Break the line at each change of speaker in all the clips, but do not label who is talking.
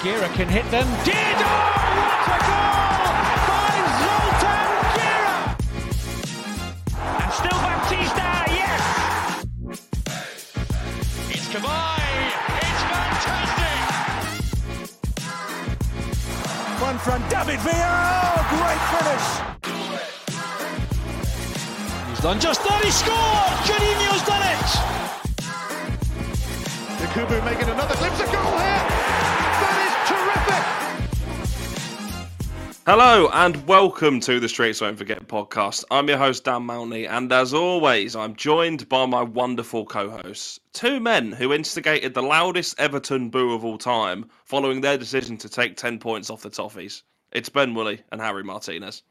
Gira can hit them. Did oh, what a goal by Zoltan Gira! And still Baptista, yes. It's Kavai. It's fantastic.
One from David Villa. Oh, great finish.
He's done just that. He scored. Juninho's done it.
Kubu making another glimpse of goal here. That is terrific.
Hello and welcome to the Streets Won't Forget podcast. I'm your host Dan Malney, and as always, I'm joined by my wonderful co-hosts, two men who instigated the loudest Everton boo of all time, following their decision to take ten points off the Toffees. It's Ben Woolley and Harry Martinez.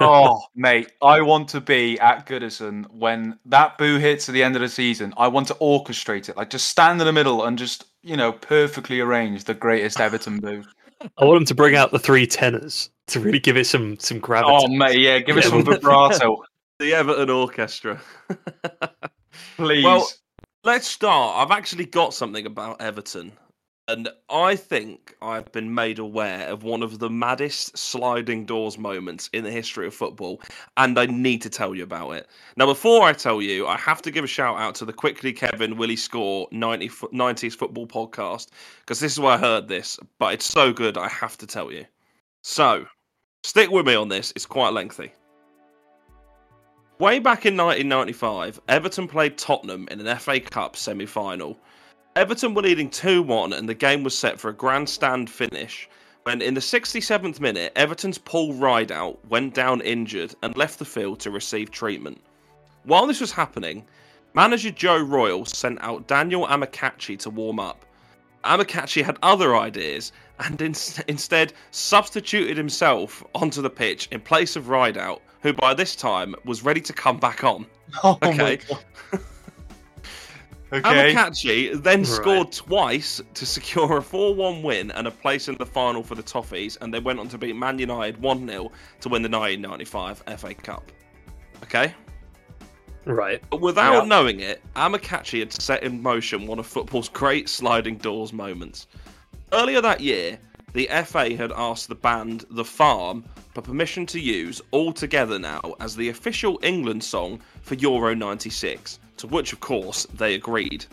oh, mate, I want to be at Goodison when that boo hits at the end of the season. I want to orchestrate it, like just stand in the middle and just, you know, perfectly arrange the greatest Everton boo.
I want them to bring out the three tenors to really give it some some gravity.
oh, mate, yeah, give us some vibrato,
The Everton Orchestra.
please.
Well, Let's start. I've actually got something about Everton. And I think I've been made aware of one of the maddest sliding doors moments in the history of football. And I need to tell you about it. Now, before I tell you, I have to give a shout out to the Quickly Kevin Willie Score 90, fo- 90s football podcast. Because this is where I heard this. But it's so good, I have to tell you. So, stick with me on this. It's quite lengthy. Way back in 1995, Everton played Tottenham in an FA Cup semi final. Everton were leading 2 1 and the game was set for a grandstand finish when, in the 67th minute, Everton's Paul Rideout went down injured and left the field to receive treatment. While this was happening, manager Joe Royal sent out Daniel Amakachi to warm up. Amakachi had other ideas and in- instead substituted himself onto the pitch in place of Rideout, who by this time was ready to come back on.
oh,
okay.
my God. Okay.
Amakachi then
Right.
scored twice to secure a 4 1 win and a place in the final for the Toffees, and they went on to beat Man United 1 0 to win the 1995 FA Cup. Okay?
Oh,
Right.
But without
Yeah.
knowing it, Amakachi had set in motion one of football's great sliding doors moments. Earlier that year, the FA had asked the band The Farm for permission to use All Together Now as the official England song for Euro 96, to which, of course, they agreed.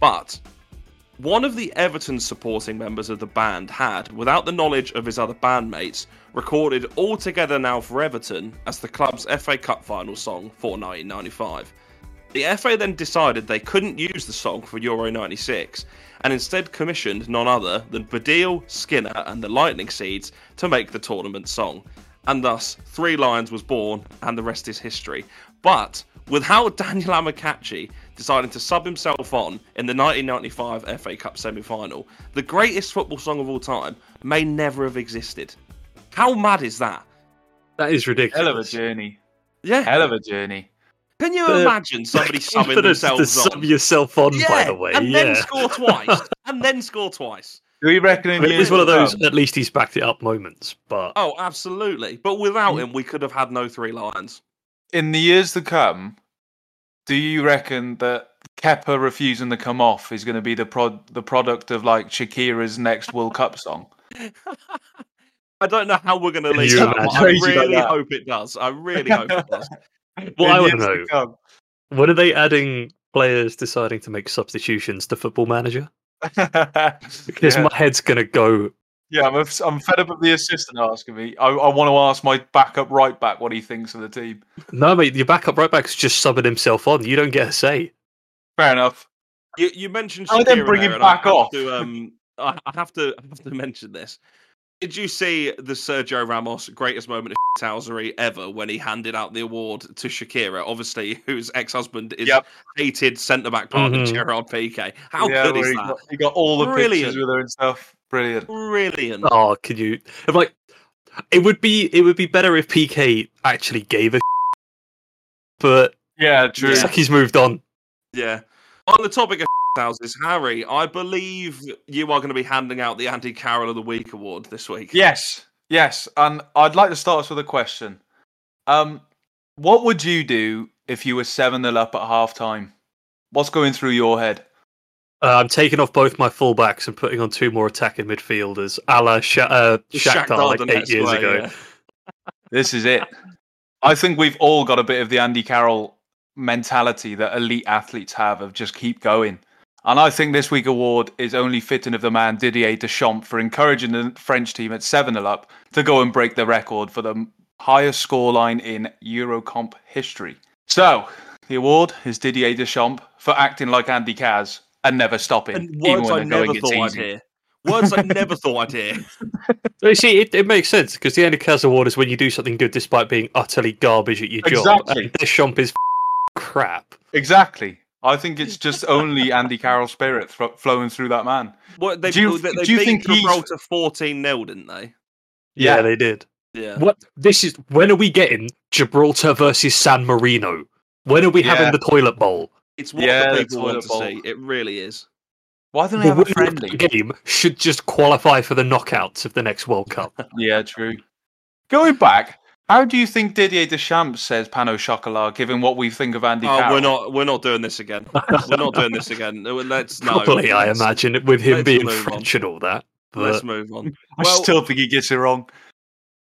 But one of the Everton supporting members of the band had, without the knowledge of his other bandmates, recorded All Together Now for Everton as the club's FA Cup final song for 1995. The FA then decided they couldn't use the song for Euro 96 and instead commissioned none other than Badil, Skinner, and the Lightning Seeds to make the tournament song. And thus, Three Lions was born, and the rest is history. But without Daniel Amakachi deciding to sub himself on in the 1995 FA Cup semi final, the greatest football song of all time may never have existed. How mad is that?
That is
Hell of a
ridiculous.
journey.
Yeah.
Hell of a journey.
Can you
The-
imagine somebody subbing
Confidence to
themselves on?
sub yourself on, by the way.
And
yeah.
then score twice. and then score twice.
Do we reckon in
But it
years
was one of
to
those.
come-
At least he's backed it up moments, but
Oh, absolutely. But
Mm.
without him, we could have had no three lions.
in the years to come, do you reckon that Kepper refusing to come off is going to be the prod the product of like Shakira's next World Cup song?
I don't know how we're going to
Can
leave
you
that. one. I
imagine? Crazy like
really
that.
hope it does. I really hope it does.
Well,
In
I wanna
years to
know.
come.
what are they adding? Players deciding to make substitutions to football manager because
yeah.
my head's gonna go.
yeah, I'm, f- I'm fed up of the assistant asking me. I, I want to ask my backup right back what he thinks of the team.
No, mate, your backup right back's just subbing himself on. You don't get a say.
Fair enough.
You, you mentioned
Oh,
Shakira
then bring
there,
him
and I
back
have
off.
To, um, I I have to I have to mention this. Did you see the Sergio Ramos greatest moment of shithousery ever when he handed out the award to Shakira, obviously whose ex-husband is
Yep.
hated centre-back partner
Mhm.
Gerard Piqué? How
yeah,
good
where
is
he
that?
Got, he got all the
Brilliant.
pictures with her and stuff. Brilliant.
Brilliant.
Oh, can you? If like, it would be it would be better if PK actually gave a. But
Yeah, true.
Yeah.
Saki's moved on.
Yeah. On the topic of houses, Harry, I believe you are going to be handing out the Andy Carroll of the Week award this week.
Yes, yes. And I'd like to start us with a question. Um, what would you do if you were 7 0 up at half time? What's going through your head?
Uh, I'm taking off both my fullbacks and putting on two more attacking midfielders, a la Sha- uh, Shakhtar, like eight years ago.
This is it. I think we've all got a bit of the Andy Carroll mentality that elite athletes have of just keep going. And I think this week award is only fitting of the man Didier Deschamps for encouraging the French team at 7 0 up to go and break the record for the highest scoreline in Eurocomp history. So, the award is Didier Deschamps for acting like Andy Kaz and never stopping,
And
even
words
when
I
they're going
never
it's
thought I'd
easy.
hear. Words I never thought I'd hear.
But you see, it, it makes sense because the Andy Kaz Award is when you do something good despite being utterly garbage at your job.
Exactly.
And Deschamps is f- crap.
Exactly. I think it's just only Andy Carroll's spirit thro- flowing through that man.
What they
Do you-
they,
do you
beat
think he's-
Gibraltar fourteen 0 didn't they?
Yeah.
they did.
Yeah.
What this is? When are we getting Gibraltar versus San Marino? When are we
Yeah.
having the toilet bowl?
It's what
Yeah,
the
the
people want
toilet
to
bowl.
see. It really is.
Why don't they
the
have a
winner of
friendly?
that game should just qualify for the knockouts of the next World Cup.
Yeah, true. Going back, how do you think Didier Deschamps says Pano Chocolat, given what we think of Andy
Oh,
Carroll?
we're not we're not doing this again. we're not doing this again. No, Let's no.
Probably, I
Let's-
imagine, with him
let's
being
move on.
French and all that.
Let's
But
move on.
I
well-
still think he gets it wrong.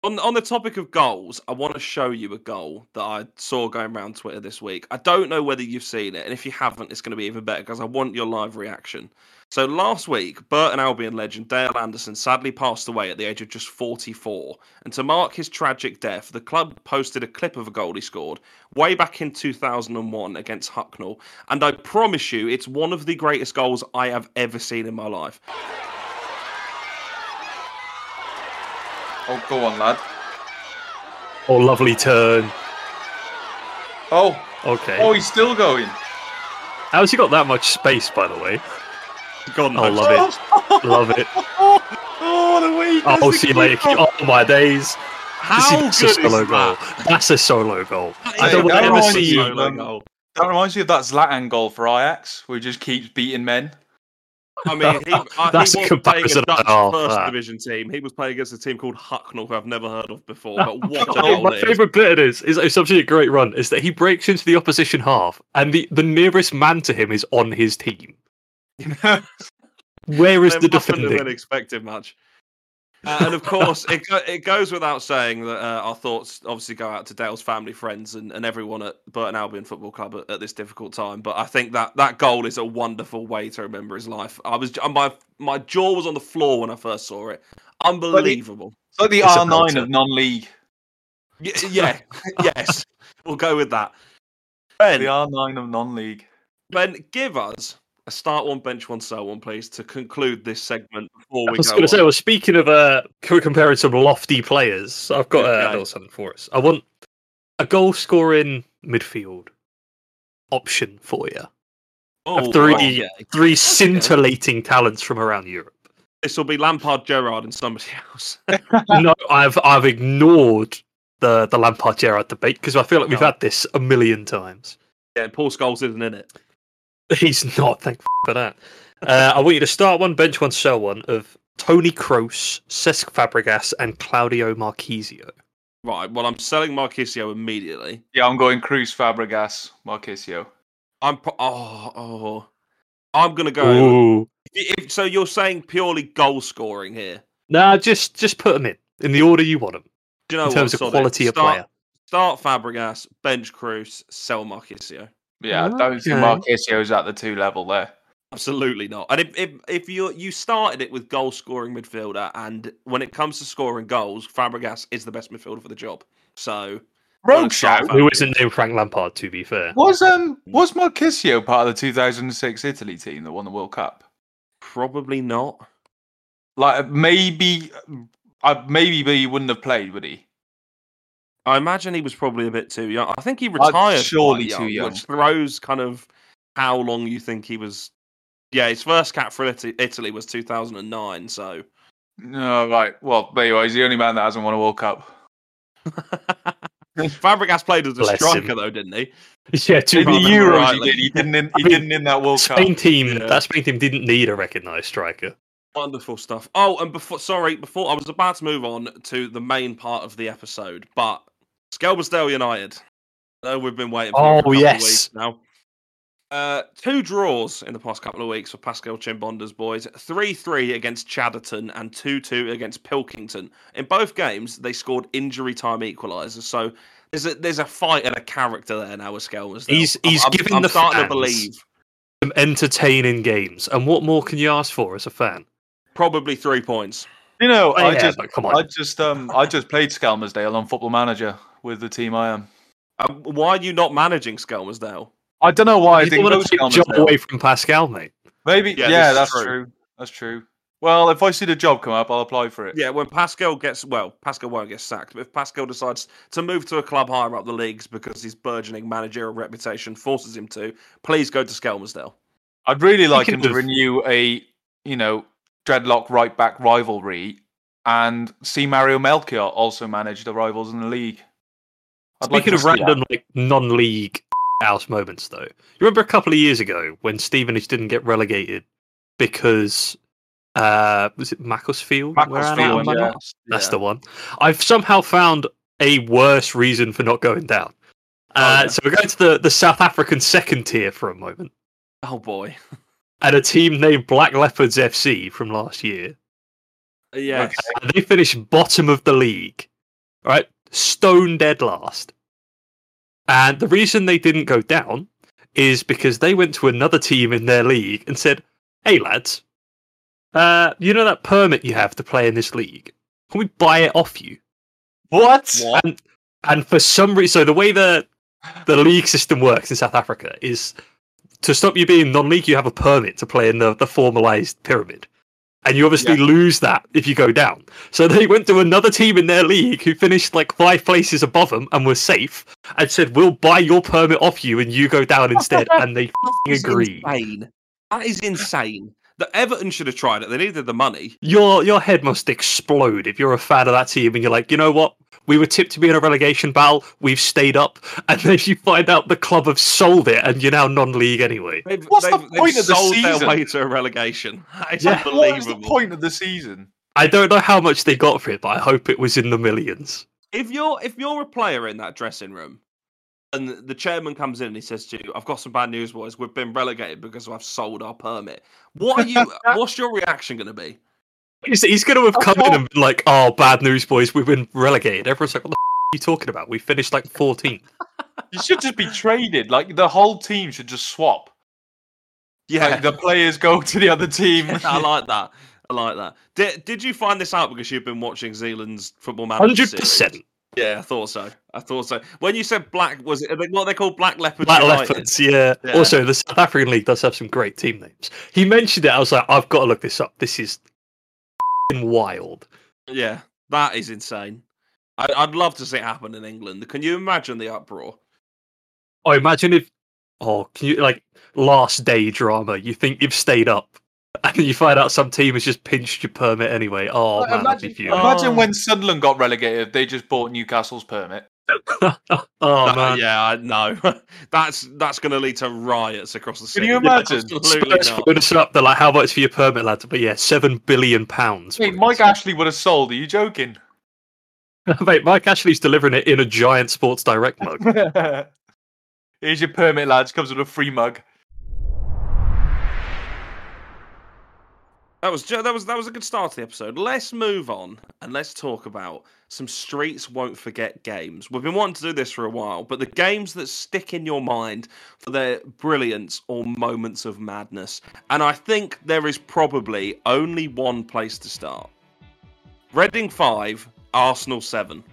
On on the topic of goals, I want to show you a goal that I saw going around Twitter this week. I don't know whether you've seen it, and if you haven't, it's going to be even better because I want your live reaction. So last week, Burton Albion legend Dale Anderson sadly passed away at the age of just 44. And to mark his tragic death, the club posted a clip of a goal he scored way back in 2001 against Hucknall. And I promise you, it's one of the greatest goals I have ever seen in my life.
Oh, go on, lad.
oh, lovely turn.
Oh,
Okay,
oh, he's still going.
how's he got that much space, by the way?
God
I
knows.
love it, love it.
Oh, the way he does
Oh,
the
see you later.
kick off.
Oh my days!
How good
That's
is
a solo
that?
goal. That's a solo goal. I
is
don't
a
ever
goal.
see.
Solo
um,
goal. That reminds me of that Zlatan goal for Ajax, where he just keeps beating men.
I mean, he, I,
That's a
he wasn't playing
comparison
a Dutch
I love,
first
that.
division team. He was playing against a team called Hucknall, who I've never heard of before. But what a
Oh,
goal
my
it is.
favourite bit of this is it's obviously a great run. Is that he breaks into the opposition half, and the, the nearest man to him is on his team. Where is
There
the
mustn't have
defending?
been expected much. Uh, and of course, it, go- it goes without saying that uh, our thoughts obviously go out to Dale's family, friends, and, and everyone at Burton Albion Football Club at, at this difficult time. But I think that that goal is a wonderful way to remember his life. I was j- my my jaw was on the floor when I first saw it. Unbelievable.
It's like the
It's a
R9
belter.
of non-league.
Y- yeah. yes. We'll go with that. Ben,
The R9 of non-league.
Ben, give us a start one, bench one, sell one, please, to conclude this segment before
I
we
was
go.
going to say,
on.
well, speaking of uh, co- comparing some lofty players, I've got uh,
Okay.
I've got something for us. I want a goal scoring midfield option for you.
Oh,
three-
okay.
Three scintillating talents from around Europe.
This will be Lampard, Gerard, and somebody else.
no, I've I've ignored the the Lampard Gerard debate because I feel like we've
No.
had this a million times.
yeah, Paul Scholes isn't in it.
He's not. Thank f- for that. Uh, I want you to start one, bench one, sell one of Tony Kroos, Cesc Fabregas, and Claudio Marchisio.
Right. Well, I'm selling Marquisio immediately.
Yeah, I'm going Cruz, Fabregas, Marquisio.
I'm. Pro- oh, oh. I'm gonna go.
Ooh.
If, so you're saying purely goal scoring here?
Nah, just just put them in in the order you want them
Do you know
in terms
what?
of
Sod it.
quality of
start,
player.
Start Fabregas, bench Cruz, sell Marquisio.
Yeah, I don't think
Okay.
Marquisio's at the two level there.
Absolutely not. And if if, if you you started it with goal scoring midfielder, and when it comes to scoring goals, Fabregas is the best midfielder for the job. So Rogue shout.
Who isn't named Frank Lampard? To be fair,
Was um was Marquisio part of the 2006 Italy team that won the World Cup?
probably not.
Like maybe, uh, maybe but he wouldn't have played, would he?
I imagine he was probably a bit too young. I think he retired
surely
quite
too young.
which throws kind of how long you think he was. Yeah, his first cap for Italy, Italy was 2009. So
No, right. Well, there you are. He's the only man that hasn't won a World Cup.
Fabregas played as a
Bless him.
striker, though, didn't he?
yeah, two
In the
rather
Euros,
rightly.
he did. He didn't. In, he
mean,
didn't in that World
Spain
Cup.
team.
Yeah.
That Spain team didn't need a recognised striker.
Wonderful stuff. Oh, and before, sorry, before I was about to move on to the main part of the episode, but Skelmersdale United. I know we've been waiting. For it for a
Oh,
couple of
yes.
weeks now. Uh, two draws in the past couple of weeks for Pascal Chimbonda's boys 3 3 against Chadderton and 2 2 against Pilkington. In both games, they scored injury time equalisers. So there's a, there's a fight and a character there now with Skelmers.
He's- he's
I'm,
giving
I'm
the
starting
fans-
to believe.
Some entertaining games, and what more can you ask for as a fan?
Probably three points.
You know, I
Yeah,
just,
but come on.
I just, um, I just played Skelmersdale on Football Manager with the team I am.
Um, why are you not managing Skelmersdale?
I don't know why I
you
didn't
don't
go
want to take job
Skelmersdale.
away from Pascal, mate.
Maybe,
Yeah,
yeah,
this is
that's
true.
true. That's true. Well, if I see the job come up, I'll apply for it.
Yeah, when Pascal gets well, Pascal won't get sacked. But if Pascal decides to move to a club higher up the leagues because his burgeoning managerial reputation forces him to, please go to Skelmersdale.
I'd really like him
Speaking
to
of-
renew a, you know, dreadlock right back rivalry, and see Mario Melchior also manage the rivals in the league. I'd like
Speaking
to
of
see that.
random like non-league house moments, though, you remember a couple of years ago when Stevenage didn't get relegated because uh, was it Macclesfield? Where am I
Macclesfield,
on my
yeah.
map? That's the one. I've somehow found a worse reason for not going down.
Oh,
Uh,
yeah.
So we're going to the, the South African second tier for a moment,
Oh boy,
and a team named Black Leopards FC from last year.
yeah.
And they finished bottom of the league, right? Stone dead last. And the reason they didn't go down is because they went to another team in their league and said, "Hey lads, uh, you know that permit you have to play in this league? Can we buy it off you?"
What?
And and for some reason, so the way the the league system works in South Africa is to stop you being non-league, you have a permit to play in the, the formalized pyramid, and you obviously lose that if you go down. So they went to another team in their league who finished like five places above them and were safe, and said, "We'll buy your permit off you, and you go down instead." and they fing
That's
agreed.
insane. That is insane. That Everton should have tried it. They needed the money.
Your your head must explode if you're a fan of that team and you're like, you know what? We were tipped to be in a relegation battle. We've stayed up, and then you find out the club have sold it, and you're now non-league anyway.
They've,
What's the
they've,
point
they've
of the
sold their
season?
way to a relegation. It's
Yeah.
What is the
unbelievable.
point of the season?
I don't know how much they got for it, but I hope it was in the millions.
if you're if you're a player in that dressing room and th- the chairman comes in and he says to you, I've got some bad news, boys. We've been relegated because I've sold our permit. What are you what's your reaction gonna be?
He's, he's going to have come in and been like, "Oh, bad news, boys. We've been relegated." Everyone's like, "What the f- are you talking about? We finished like 14th."
You should just be traded. Like the whole team should just swap. Like, the players go to the other team.
I like that. I like that. Did, did you find this out because you've been watching Zealand's football manager?
Hundred
series?
percent.
Yeah, I thought so. I thought so. When you said black, was it are they- what they call black leopards?
Black
United?
Leopards, yeah.
Yeah.
Also, the South African League does have some great team names. He mentioned it. I was like, I've got to look this up. This is f***ing wild.
Yeah, that is insane. I, I'd love to see it happen in England. Can you imagine the uproar?
Oh, imagine if, oh, can you like last day drama? You think you've stayed up, and then you find out some team has just pinched your permit anyway. Oh
Like,
man, that'd
imagine,
be furious.
imagine
Oh.
when Sunderland got relegated, they just bought Newcastle's permit.
oh,
Uh,
man,
yeah, I know. that's that's going to lead to riots across the
Can
city.
you imagine?
Absolutely
Spurs
not.
phoned us up. They're like, "How much for your permit, lads?" But yeah, seven billion pounds.
Wait,
boys.
Mike Ashley would have sold. Are you joking?
Mate, Mike Ashley's delivering it in a giant Sports Direct mug.
Here's your permit, lads. Comes with a free mug.
That was ju- that was that was a good start to the episode. Let's move on and let's talk about some streets won't forget games. We've been wanting to do this for a while, but the games that stick in your mind for their brilliance or moments of madness. And I think there is probably only one place to start. Reading 5, Arsenal 7.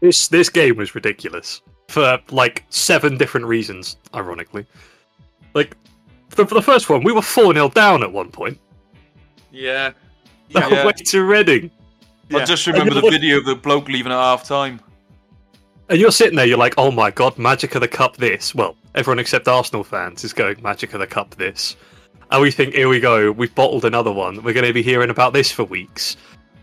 This this game was ridiculous for like seven different reasons. Ironically, like for, for the first one, we were four 0 down at one point.
yeah.
The
Yeah.
way to Reading,
I just remember the video of the bloke leaving at half time.
and you're sitting there, you're like, "Oh my god, Magic of the Cup!" This well, everyone except Arsenal fans is going Magic of the Cup. This, and we think, "Here we go, we've bottled another one. We're going to be hearing about this for weeks,"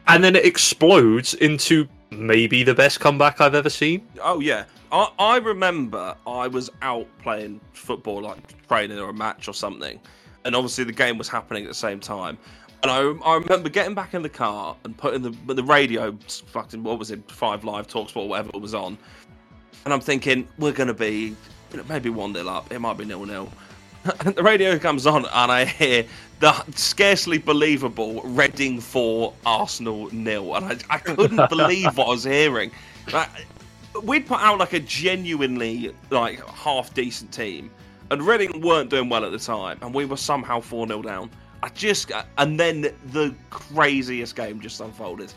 and then it explodes into maybe the best comeback I've ever seen.
Oh yeah, I, I remember I was out playing football, like training or a match or something, and obviously the game was happening at the same time. And I, I remember getting back in the car and putting the but the radio, fucking what was it, Five Live, Talksport, whatever it was on, and I'm thinking we're gonna be it may be 1 0 up, it might be 0 0. the radio comes on, and I hear the scarcely believable Reading 4 Arsenal nil. And I, I couldn't believe what I was hearing. Like, we'd put out like a genuinely like half decent team, and Reading weren't doing well at the time, and we were somehow 4 0 down. I just, uh, and then the craziest game just unfolded.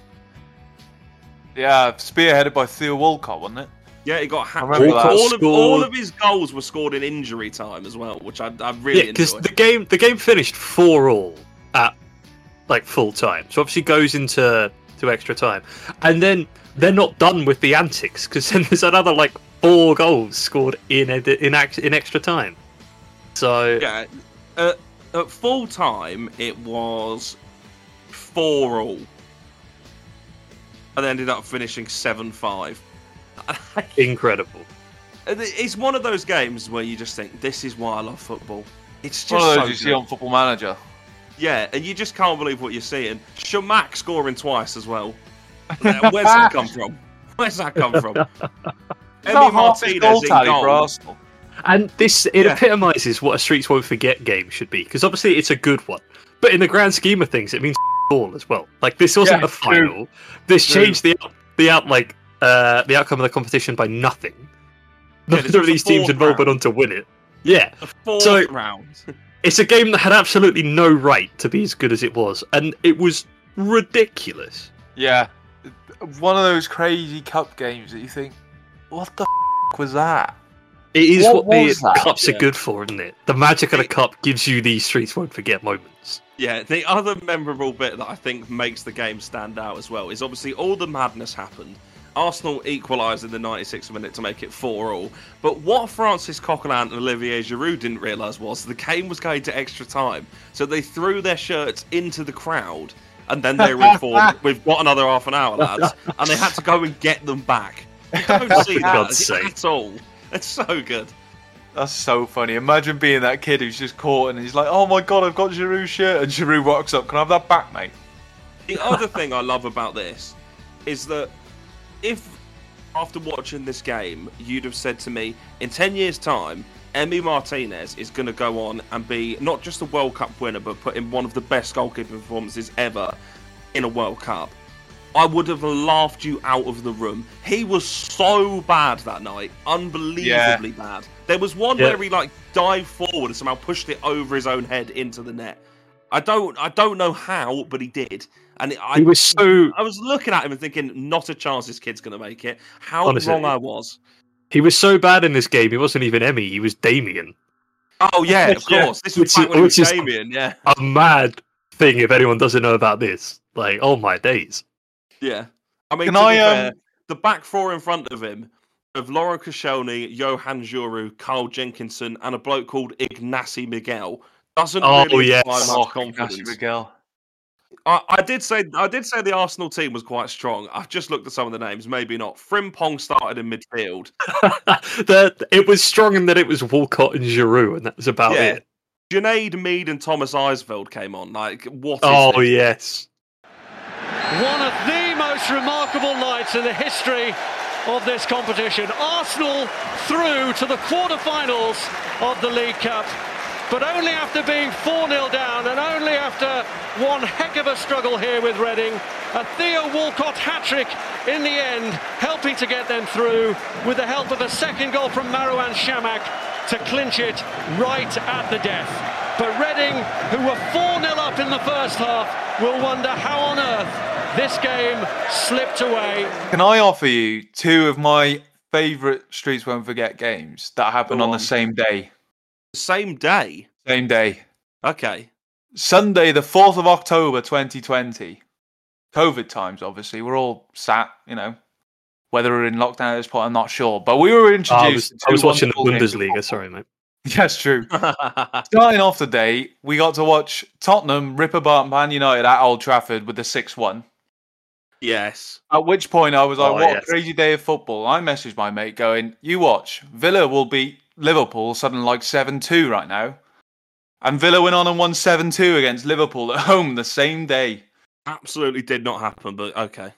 Yeah, spearheaded by Theo Walcott, wasn't it?
Yeah, he got hacked.
remember that.
All of,
Scored-
all of his goals were scored in injury time as well, which I, I
yeah,
really
because
enjoyed.
the game the game finished four all at like full time, so obviously goes into to extra time, and then they're not done with the antics because then there's another like four goals scored in ed- in act- in extra time. So
Yeah, uh, at full time it was four all, and ended up finishing seven five.
incredible.
Uh, It's one of those games where you just think this is why I love football. It's just
One of
so
those you see
good.
on Football Manager.
yeah, and you just can't believe what you're seeing. Shamak scoring twice as well. Now, Where's that come from? Where's that come from?
It's not half his goal
in
tally
goal.
for Arsenal.
And this it
Yeah.
epitomizes what a Streets Won't Forget game should be because obviously it's a good one, but in the grand scheme of things, it means all as well. Like this wasn't
Yeah,
a final. This changed the out- the out like uh, the outcome of the competition by nothing.
Yeah, this
Neither
was
of
the
these teams
fourth
had rolled on to win it. Yeah,
The fourth
So-
round.
it's a game that had absolutely no right to be as good as it was, and it was ridiculous.
Yeah. One of those crazy cup games that you think, what the f- was that?
It is
What
what, the
was that?
cups
Yeah.
are good for, isn't it? The magic of the cup gives you these Streets Won't Forget moments.
Yeah, the other memorable bit that I think makes the game stand out as well is obviously all the madness happened. Arsenal equalised in the 96th minute to make it 4 all. But what Francis Coquelin and Olivier Giroud didn't realise was the game was going to extra time. So they threw their shirts into the crowd and then they were informed, we've got another half an hour, lads. And they had to go and get them back. You don't see
For
that
God's sake.
at all. It's so good.
That's so funny. Imagine being that kid who's just caught and he's like, oh my god, I've got Giroud's shirt. And Giroud rocks up, can I have that back, mate?
The other thing I love about this is that if after watching this game you'd have said to me in 10 years time Emi Martinez is going to go on and be not just a World Cup winner but put in one of the best goalkeeping performances ever in a World Cup I would have laughed you out of the room. He was so bad that night, unbelievably bad. There was one
Yeah.
where he like dived forward and somehow pushed it over his own head into the net. I don't, I don't know how, but he did. And I,
It was so
I was looking at him and thinking, not a chance this kid's going to make it. How
Honestly.
wrong I was.
He was so bad in this game. He wasn't even Emmy. He was Damien.
Oh, yeah, of
Yeah.
course. This was
Which
back
is-
when it was
which is-
Damien, yeah.
A mad thing. If anyone doesn't know about this, like, oh my days.
Yeah. I mean,
Can
to be
I, um,
fair, the back four in front of him of Laura Koscielny, Johan Juru, Carl Jenkinson, and a bloke called Ignacy Miguel doesn't
Oh,
really
yes.
inspire much
Oh, Ignacio
confidence.
Miguel.
I, I did say I did say the Arsenal team was quite strong. I've just looked at some of the names. Maybe not. Frimpong started in midfield.
that it was strong in that it was Walcott and Giroud, and that was about
Yeah.
it.
Junaid Mead and Thomas Eisfeld came on. Like what? Is
Oh
this?
yes.
One of the most remarkable nights in the history of this competition. Arsenal through to the quarterfinals of the League Cup, but only after being 4 0 down and only after one heck of a struggle here with Reading. A Theo Walcott hat trick in the end, helping to get them through with the help of a second goal from Marouane Shamak to clinch it right at the death. But Reading, who were 4 0 up in the first half, will wonder how on earth this game slipped away.
Can I offer you two of my favourite Streets Won't Forget games that happened
Go
on. the
on.
same day?
Same day.
Same day.
Okay.
Sunday, the 4th of October, 2020. COVID times, obviously. We're all sat, you know, whether we're in lockdown at this point, I'm not sure. But we were introduced.
Ah, I was,
to
I was
two
watching the
wonderful games of
Bundesliga.
football.
Sorry, mate.
Yes, true.
oh,
Starting off the day, we got to watch Tottenham rip apart Man United at Old Trafford with the 6 1.
yes.
At which point I was like,
Oh,
what
yes.
a crazy day of football. I messaged my mate going, you watch, Villa will beat Liverpool suddenly like 7 2 right now. And Villa went on and won 7 2 against Liverpool at home the same day.
Absolutely did not happen. But okay.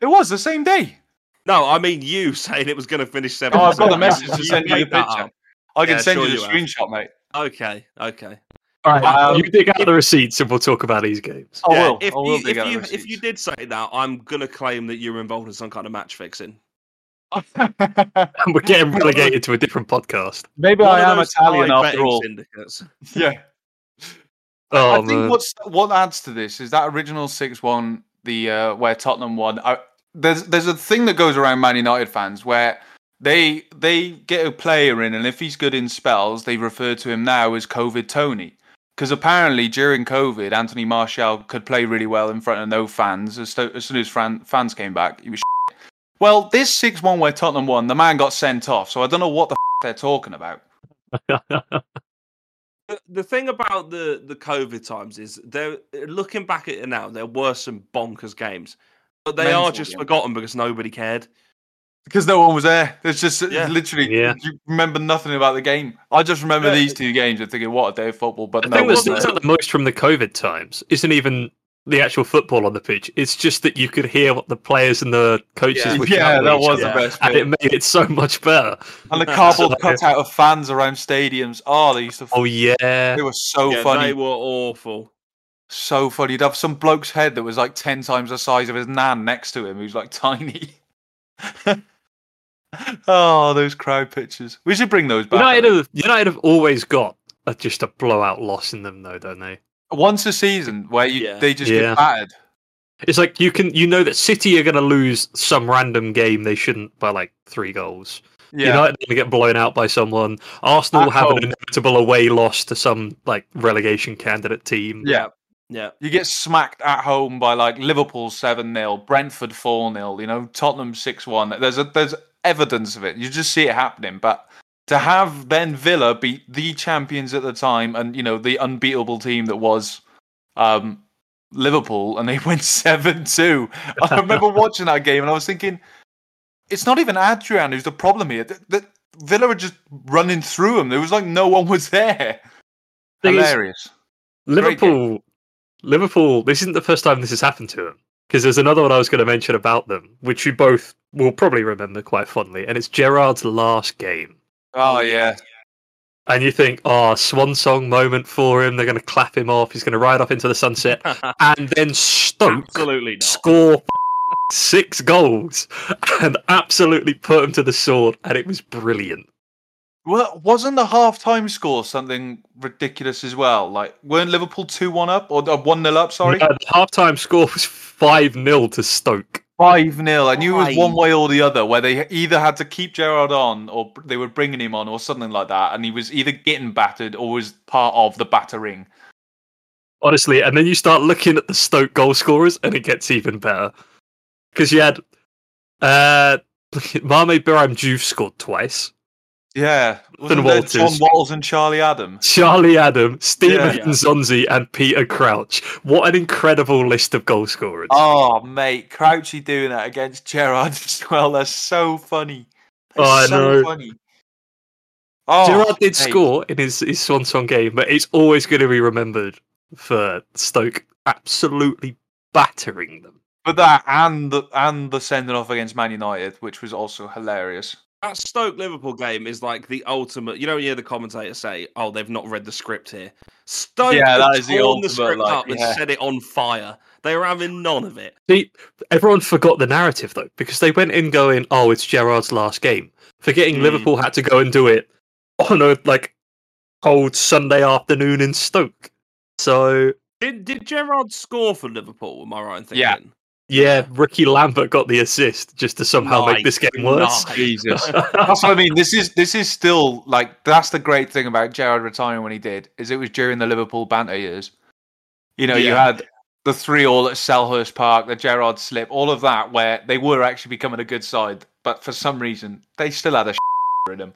It was the same day.
No, I mean you saying it was going to finish seven.
Oh, I've got
the
the message to send you the
made that
picture.
up.
I can
Yeah,
send
sure
you the
you have.
screenshot, mate.
Okay, okay.
All right,
Um,
you dig out the receipts and we'll talk about these games.
I
Yeah,
will.
If
I will
you,
dig
if,
out the
you, if
receipts.
you did say that, I'm gonna claim that you were involved in some kind of match fixing.
And we're getting relegated to a different podcast.
Maybe
One
I
of
am
those
Italian
high
after
betting
all.
syndicates.
Yeah.
Oh,
I think
man.
what's what adds to this is that original six one, the uh, where Tottenham won. I, there's there's a thing that goes around Man United fans where they they get a player in, and if he's good in spells, they refer to him now as COVID Tony. Because apparently during COVID, Anthony Martial could play really well in front of no fans. As, sto- as soon as fran- fans came back, he was. shit. Well, this six one where Tottenham won, the man got sent off. So I don't know what the f- they're talking about.
The- the thing about the the COVID times is they're looking back at it now. There were some bonkers games, but they are
Mental
just
games.
forgotten because nobody cared.
Because no one was there. There's just
Yeah.
literally
Yeah.
you remember nothing about the game. I just remember
Yeah.
these two games and thinking, what a day of football. But
The
no,
thing
one
that
was
sticks
there.
out the most from the COVID times isn't even the actual football on the pitch. It's just that you could hear what the players and the coaches
Yeah.
were
yeah,
shouting at
that
each
was
other,
the best
And
bit.
it made it so much better.
And the
So,
cardboard
yeah.
cutout of fans around stadiums. Oh, they used to.
Oh yeah,
They were so
yeah,
funny,
they were awful.
so funny. You'd have some bloke's head that was like ten times the size of his nan next to him, who's like tiny. oh, those crowd pictures. We should bring those back. I
United
think.
have, United have always got a, just a blowout loss in them, though, don't they?
Once a season where you,
Yeah.
they just
Yeah.
get battered.
It's like you can you know that City are going to lose some random game they shouldn't by like three goals.
Yeah.
United are going to get blown out by someone. Arsenal
At
have
home.
an inevitable away loss to some like relegation candidate team.
yeah.
Yeah,
You get smacked at home by like Liverpool 7 0, Brentford 4 0, you know, Tottenham 6 1. There's a, there's evidence of it. You just see it happening. But to have then Villa beat the champions at the time and, you know, the unbeatable team that was um, Liverpool and they went 7 2. I remember watching that game and I was thinking, it's not even Adrian who's the problem here. Th th- Villa were just running through them. There was like no one was there.
Thing is,
Hilarious. Great game.
Liverpool, Liverpool. This isn't the first time this has happened to them because there's another one I was going to mention about them, which you both will probably remember quite fondly, and it's Gerard's last game.
Oh, yeah.
And you think, oh, swan song moment for him. They're going to clap him off. He's going to ride off into the sunset, and then Stoke
absolutely not.
score six goals and absolutely put him to the sword, and it was brilliant.
Well, wasn't the halftime score something ridiculous as well? Like, weren't Liverpool 2 1 up or 1 0 up? Sorry,
Uh, the halftime score was five 0 to Stoke.
5 0. I knew it was one way or the other, where they either had to keep Gerard on or b- they were bringing him on or something like that. And he was either getting battered or was part of the battering.
honestly. And then you start looking at the Stoke goal scorers, and it gets even better because you had uh, Mame Biram Juve scored twice,
Yeah. Wasn't there
Walters.
John Wattles and Charlie Adams.
Charlie Adam, Stephen
Yeah.
Zonzi, and Peter Crouch. What an incredible list of goal scorers!
Oh, mate. Crouchy doing that against Gerard as well. That's so funny. That's
Oh, I
so
know.
funny. Oh,
Gerard did
mate.
score in his, his Swan Song game, but it's always going to be remembered for Stoke absolutely battering them.
But that and the and the sending off against Man United, which was also hilarious.
That Stoke Liverpool game is like the ultimate. You know, when you hear the commentator say, "Oh, they've not read the script here." Stoke
Yeah,
had
that is the
torn
ultimate,
the script
like,
up and
yeah.
set it on fire. They were having none of it.
See, everyone forgot the narrative though, because they went in going, "Oh, it's Gerard's last game," forgetting
Hmm.
Liverpool had to go and do it on a like cold Sunday afternoon in Stoke. So
Did Did Gerard score for Liverpool? Am I right in thinking?
Yeah.
yeah, Ricky Lambert got the assist just to somehow make this game worse.
Jesus. That's what I mean. This is this is still like that's the great thing about Gerard retiring when he did, is it was during the Liverpool banter years. You know, you
Yeah.
had the three all at Selhurst Park, the Gerard slip, all of that where they were actually becoming a good side, but for some reason they still had a in them.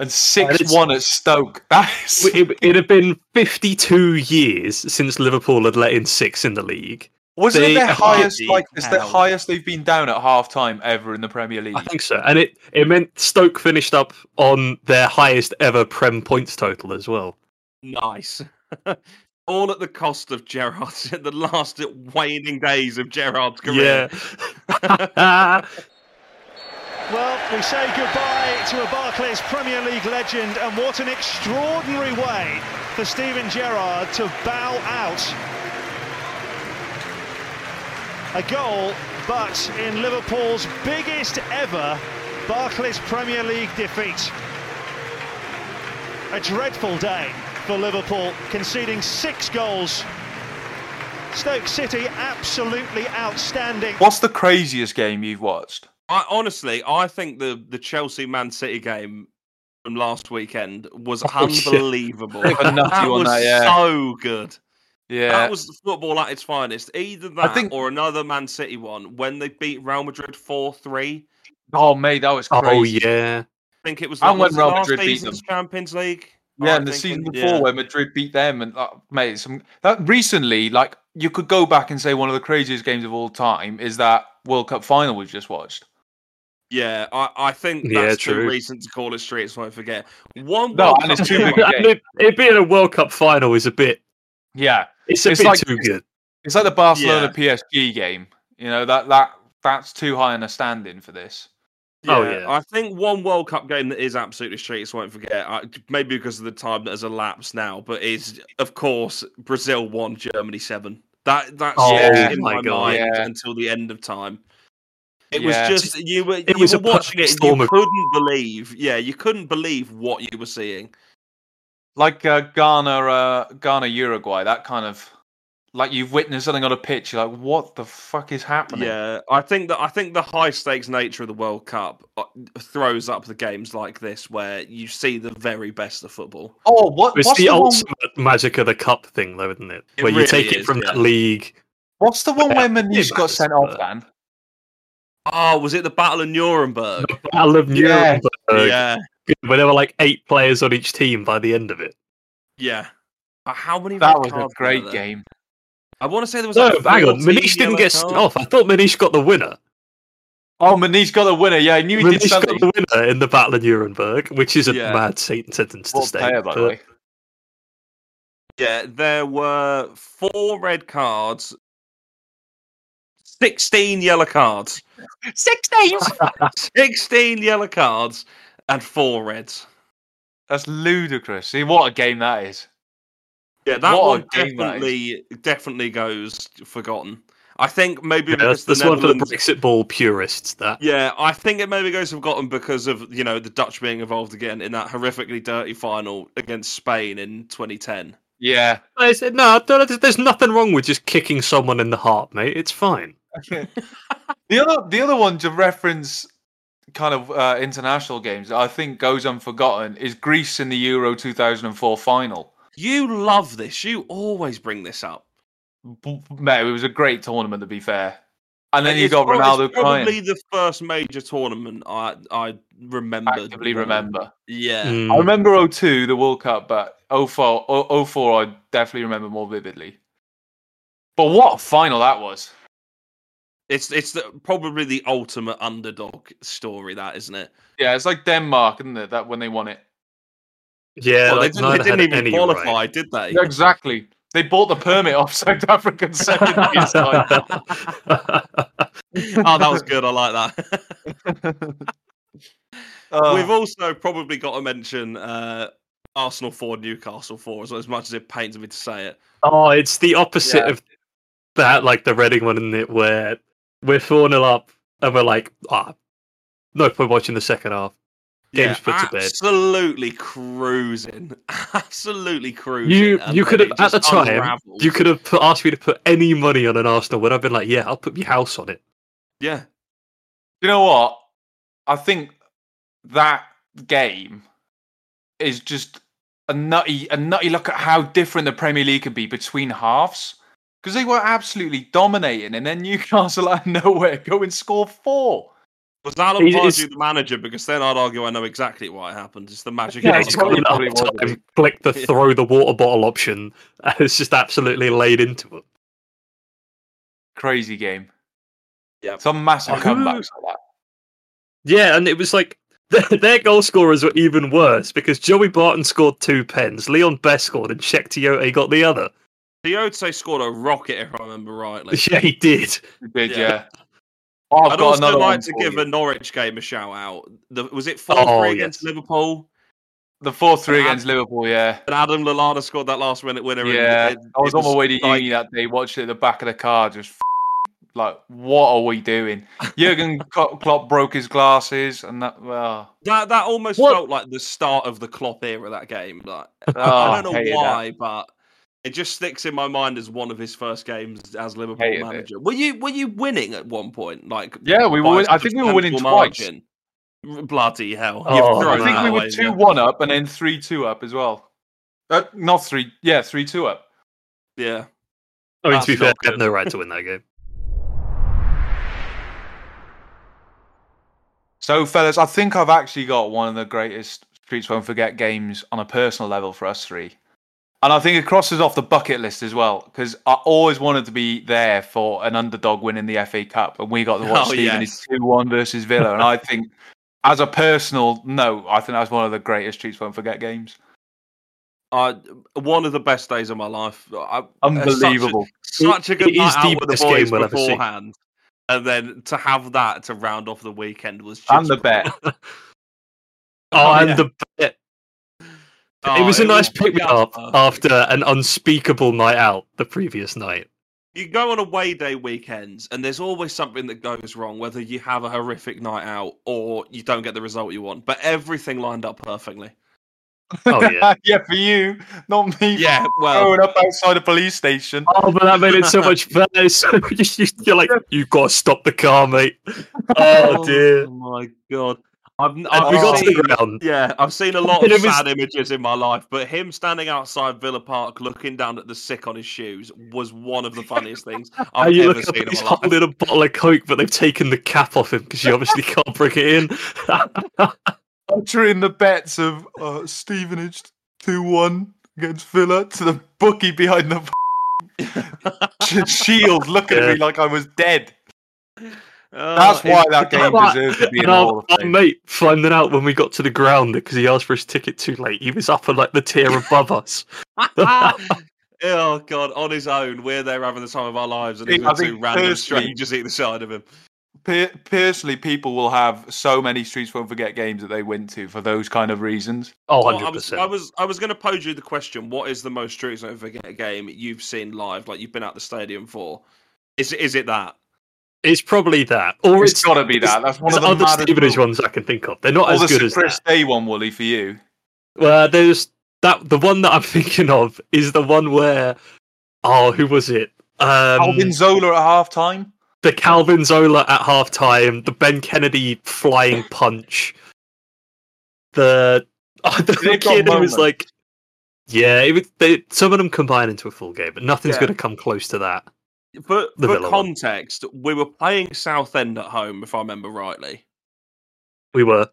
And six one at Stoke. That is
It, it had been 52 years since Liverpool had let in six in the league.
wasn't
they
it their
are
highest like it's their
held.
highest they've been down at half time ever in the Premier League.
I think so, and it it meant Stoke finished up on their highest ever Prem points total as well.
Nice. All at the cost of Gerard's the last waning days of Gerard's career.
Yeah.
Well, we say goodbye to a Barclays Premier League legend, and what an extraordinary way for Steven Gerrard to bow out. A goal, but in Liverpool's biggest ever Barclays Premier League defeat. A dreadful day for Liverpool, conceding six goals. Stoke City absolutely outstanding.
What's the craziest game you've watched?
I honestly, I think the the Chelsea Man City game from last weekend was
Oh, yeah.
unbelievable.
Bit of a nutty
that
one,
was
that, yeah.
so good.
Yeah,
That was football at its finest. Either that
think-
or another Man City one when they beat Real Madrid four three.
Oh mate, that was crazy.
Oh yeah,
I think it was.
And
like,
when
was it
Real
last
Madrid beat
season's Champions League.
Yeah,
I'm
and the season
thinking,
before when Madrid beat them, and uh, mate, some that recently, like you could go back and say one of the craziest games of all time is that World Cup final we just watched.
Yeah, I, I think that's
Yeah,
too
true.
recent to call it streets. Won't forget one.
No,
World
and it's
Cup
too
win.
big.
And it, it being a World Cup final is a bit.
Yeah,
It's a
It's
bit
like-
too good.
it's like the Barcelona PSG game. You know that that that's too high in a standing for this.
Oh, yeah.
I think one World Cup game that is absolutely streets won't forget. I, maybe because of the time that has elapsed now, but is of course Brazil one, Germany seven. That that's
Oh,
yeah.
in
my
my,
God.
mind
Yeah.
until the end of time. It
Yeah.
was just you were you
was
were
a
watching
perfect
it.
storm
and You
of-
couldn't believe, yeah, you couldn't believe what you were seeing.
Like uh, Ghana, uh, Ghana, Uruguay, that kind of like you've witnessed something on a pitch. You're like, what the fuck is happening?
Yeah, I think that I think the high stakes nature of the World Cup uh, throws up the games like this where you see the very best of football.
Oh, what?
It's
What's
the,
the, one,
ultimate magic of the cup thing, though, isn't it?
It
Where you
really
take it
is,
from
yeah.
that league.
what's the one
Yeah,
where
it
Manouche got
matters,
sent off,
but-
Dan?
Oh, was it the Battle of Nuremberg?
The Battle of
Yeah.
Nuremberg.
yeah,
Where there were like eight players on each team by the end of it.
yeah. Uh, How many?
That
red
was a
cards were
great
there?
game.
I want to say there was.
No,
like
hang on.
14
Manish didn't
yellow
get sent
cards.
off. I thought Manish got the winner.
Oh, Manish got the winner. Yeah, I knew he did
Manish got
something.
the winner in the Battle of Nuremberg, which is a
Yeah.
mad sen- sentence to
What
state.
player, by the
but-
way.
Yeah, there were four red cards, sixteen yellow cards, sixteen yellow cards, and four reds.
That's ludicrous. See what a game that is.
Yeah, that
What a
one
game that is.
definitely definitely goes forgotten. I think maybe
Yeah,
because
that's that's
the
one for the
Netherlands-
Brexit ball purists. That
Yeah, I think it maybe goes forgotten because of you know the Dutch being involved again in that horrifically dirty final against Spain in 2010.
Yeah.
I said, no, no, there's, there's nothing wrong with just kicking someone in the heart, mate. It's fine.
The other the other one to reference kind of uh, international games that I think goes unforgotten is Greece in the Euro 2004 final.
You love this. You always bring this up.
B- Mate, it was a great tournament to be fair. And then you
It's
got
prob- it's
Ronaldo
Probably
crying.
the first major tournament I I remembered.
Actively remember.
Yeah.
Mm.
I remember 02, the World Cup, but 04, o- 04 I definitely remember more vividly. But what a final that was.
It's it's the, probably the ultimate underdog story that, isn't it?
Yeah, it's like Denmark, isn't it? That when they won it.
Yeah,
well, they
like,
didn't, they
neither
didn't
had
even
any
qualify,
right.
did they?
Yeah, exactly. They bought the permit off South African secondary side.
oh, that was good. I like that.
Oh.
Uh,
We've also probably got to mention uh, Arsenal 4, Newcastle 4, as, as much as it pains me to say it.
oh, it's the opposite
Yeah.
of that, like the Reading one, isn't it? Where we're 4 0 up and we're like, ah, no point watching the second half. Game's put to bed.
Absolutely cruising. Absolutely cruising.
You
and
you could
then
have
it
at the
just
time
unravels.
you could have put, asked me to put any money on an Arsenal would I've been like, yeah, I'll put my house on it.
Yeah.
you know what? I think that game is just a nutty, a nutty look at how different the Premier League can be between halves because they were absolutely dominating, and then Newcastle out of nowhere go and score four.
Was Alan
It- it's-
Pardew the manager? Because then I'd argue I know exactly why it happened. It's the magic.
Yeah,
of
it's
the
probably-
moment.
probably was
time,
it.
click the
Yeah.
throw the water bottle option, and it's just absolutely laid into it.
Crazy game.
Yeah.
some massive
Who-
comebacks like
Yeah, and it was like their, their goal scorers were even worse because Joey Barton scored two pens, Leon Best scored, and Shek Tiote got the other.
Tiote scored a rocket, if I remember rightly.
Yeah, he did.
that. They did,
Yeah.
yeah. Oh, I've
I'd
got
also
another one
like to
for
give
you.
a Norwich game a shout out. The, was it 4
Oh,
3 against
yes.
Liverpool?
the four three against Liverpool. Yeah,
And Adam Lallana scored that last minute winner. in-
yeah.
it-
I was
it
on my way to
like-
uni that day, watching it at the back of the car, just f- like, what are we doing? Jurgen Klo- Klopp broke his glasses, and that well,
That that almost
What?
felt like the start of the Klopp era. That game, like
oh,
I don't know
hated that.
why, but it just sticks in my mind as one of his first games as Liverpool
Hated it.
manager. Were you were you winning at one point? Like
Yeah, we
by
were.
a
I think we were winning
substantial
twice.
margin? R- Bloody hell!
Oh,
You've
I
thrown
think
that
we were
away,
two
yeah.
one up and then three two up as well. Uh, not three, yeah, three two up.
Yeah.
I mean,
That's
to be fair,
not
I had
good.
no right to win that game.
So, fellas, I think I've actually got one of the greatest Streets Won't Forget games on a personal level for us three. And I think it crosses off the bucket list as well, because I always wanted to be there for an underdog winning the FA Cup. And we got to watch
Oh,
Stephen
yes.
2 1 versus Villa. And I think, as a personal note, I think that's one of the greatest Streets Won't Forget games.
I one of the best days of my life. I,
Unbelievable.
Such a, such a
It-
good
it
night
is the
out with the
best
boys
game we'll ever see.
beforehand, and then to have that to round off the weekend was just
And the bet.
Oh, and
yeah.
the bet.
oh,
it was a nice
just
pick me up
perfect.
after an unspeakable night out the previous night.
you go on away day weekends and there's always something that goes wrong whether you have a horrific night out or you don't get the result you want but everything lined up perfectly
Oh yeah.
yeah, for you, not me.
yeah well
Growing up outside a police station.
oh, but that made it so much better. It's So you, you're like, you've got to stop the car, mate. Oh dear.
my god i've,
And
I've
we got to
seen,
the ground.
yeah i've seen a lot
And
of
it was-
sad images in my life but him standing outside villa park looking down at the sick on his shoes was one of the funniest things
And
i've
you
ever
look up,
seen
and
in
he's
my life
holding a bottle of Coke, but they've taken the cap off him because you obviously can't bring it in.
entering the bets of uh, Stevenage 2 1 against Villa to the bookie behind the f- shield looking at me like I was dead. That's
Oh,
why
it-
that game
Like,
deserves to be in
and
all
our,
of
our
Fame.
mate finding out when we got to the ground because he asked for his ticket too late. He was up on like the tier above us.
oh god, on his own, we're there having the time of our lives, and
Yeah,
he's
I
with two
think
random
firstly-
strangers either side of him.
Per- personally, people will have so many Streets Won't Forget games that they went to for those kind of reasons.
Oh,
Well,
100
I was, I
percent.
was, I was going to pose you the question: What is the most streets don't forget game you've seen live? Like you've been at the stadium for? Is it- is it that?
It's probably that, or
It's
it's,
got to be that. That's one
there's
of the
other
maddest
Stevenage
ones.
ones I can think of. They're not
Or
as
the
good as
Chris
that.
Day one, Wooly, for you.
Well, there's that. The one that I'm thinking of is the one where, oh, who was it? Um,
Alvin Zola at half time.
the Calvin Zola at halftime, the Ben Kennedy flying punch, the oh, the
They've got
kid who was
moments.
like, yeah, it was, they, some of them combine into a full game, but nothing's
Yeah.
going to come close to that.
But
The
for
Villa one.
context, we were playing Southend at home, if I remember rightly.
We were.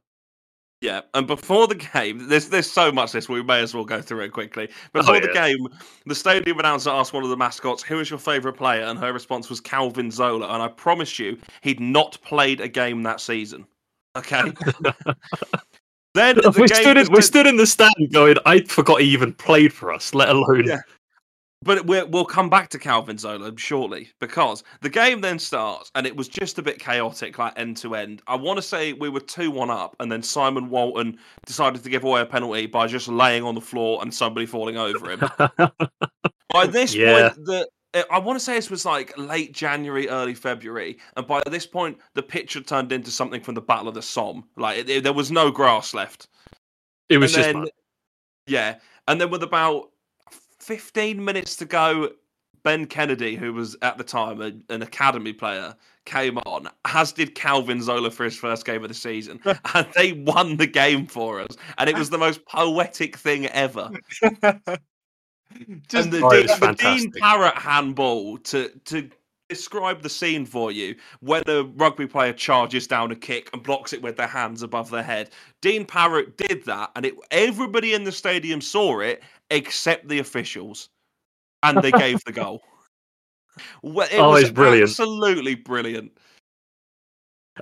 Yeah, and before the game, there's there's so much this. We may as well go through it quickly. Before the
yeah.
game, the stadium announcer asked one of the mascots, "Who is your favourite player?" And her response was Calvin Zola. And I promise you, he'd not played a game that season. Okay. then the
we
game
stood in,
was
we
con-
stood in the stand going, I forgot he even played for us, let alone.
Yeah. But we're, we'll come back to Calvin Zola shortly because the game then starts and it was just a bit chaotic, like end to end. I want to say we were 2 1 up, and then Simon Walton decided to give away a penalty by just laying on the floor and somebody falling over him. by this
Yeah.
point, the. I want to say this was like late January, early February, and by this point, the pitch had turned into something from the Battle of the Somme. Like it, it- there was no grass left.
It was
And
just.
then-
mad.
Yeah. And then with about 15 minutes to go, Ben Kennedy, who was at the time a, an academy player, came on, as did Calvin Zola for his first game of the season. and they won the game for us. And it was the most poetic thing ever.
Just
and the,
Oh, it
Dean-
was
the Dean
fantastic.
Parrott handball to to describe the scene for you when a rugby player charges down a kick and blocks it with their hands above their head. Dean Parrott did that, and it everybody in the stadium saw it except the officials, and they gave the goal. Well, it
Oh,
was
it's brilliant.
Absolutely brilliant.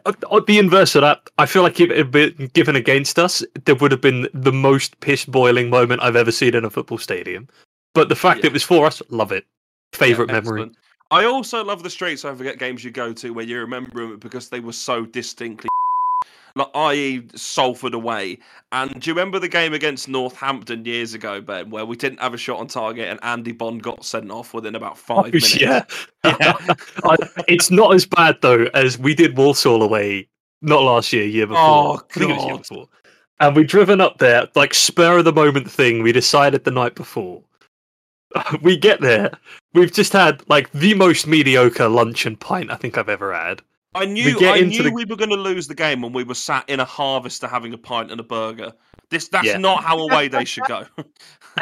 Uh, uh, The inverse of that, I feel like if it had been given against us, there would have been the most piss boiling moment I've ever seen in a football stadium. But the fact
Yeah.
it was for us, love it. Favorite
Yeah,
memory.
excellent. I also love the Streets So I Forget games you go to where you remember them because they were so distinctly like i.e. Salford away. And do you remember the game against Northampton years ago, Ben, where we didn't have a shot on target and Andy Bond got sent off within about five minutes?
Yeah, yeah. I, it's not as bad though as we did Walsall away not last year, year before.
Oh,
I think it was year
God.
before. And we driven up there like spur of the moment thing we decided the night before. we get there. We've just had like the most mediocre lunch and pint I think I've ever had.
I knew
get
I
into
knew
the-
we were going to lose the game when we were sat in a harvester having a pint and a burger. This that's
Yeah.
not how away they should go.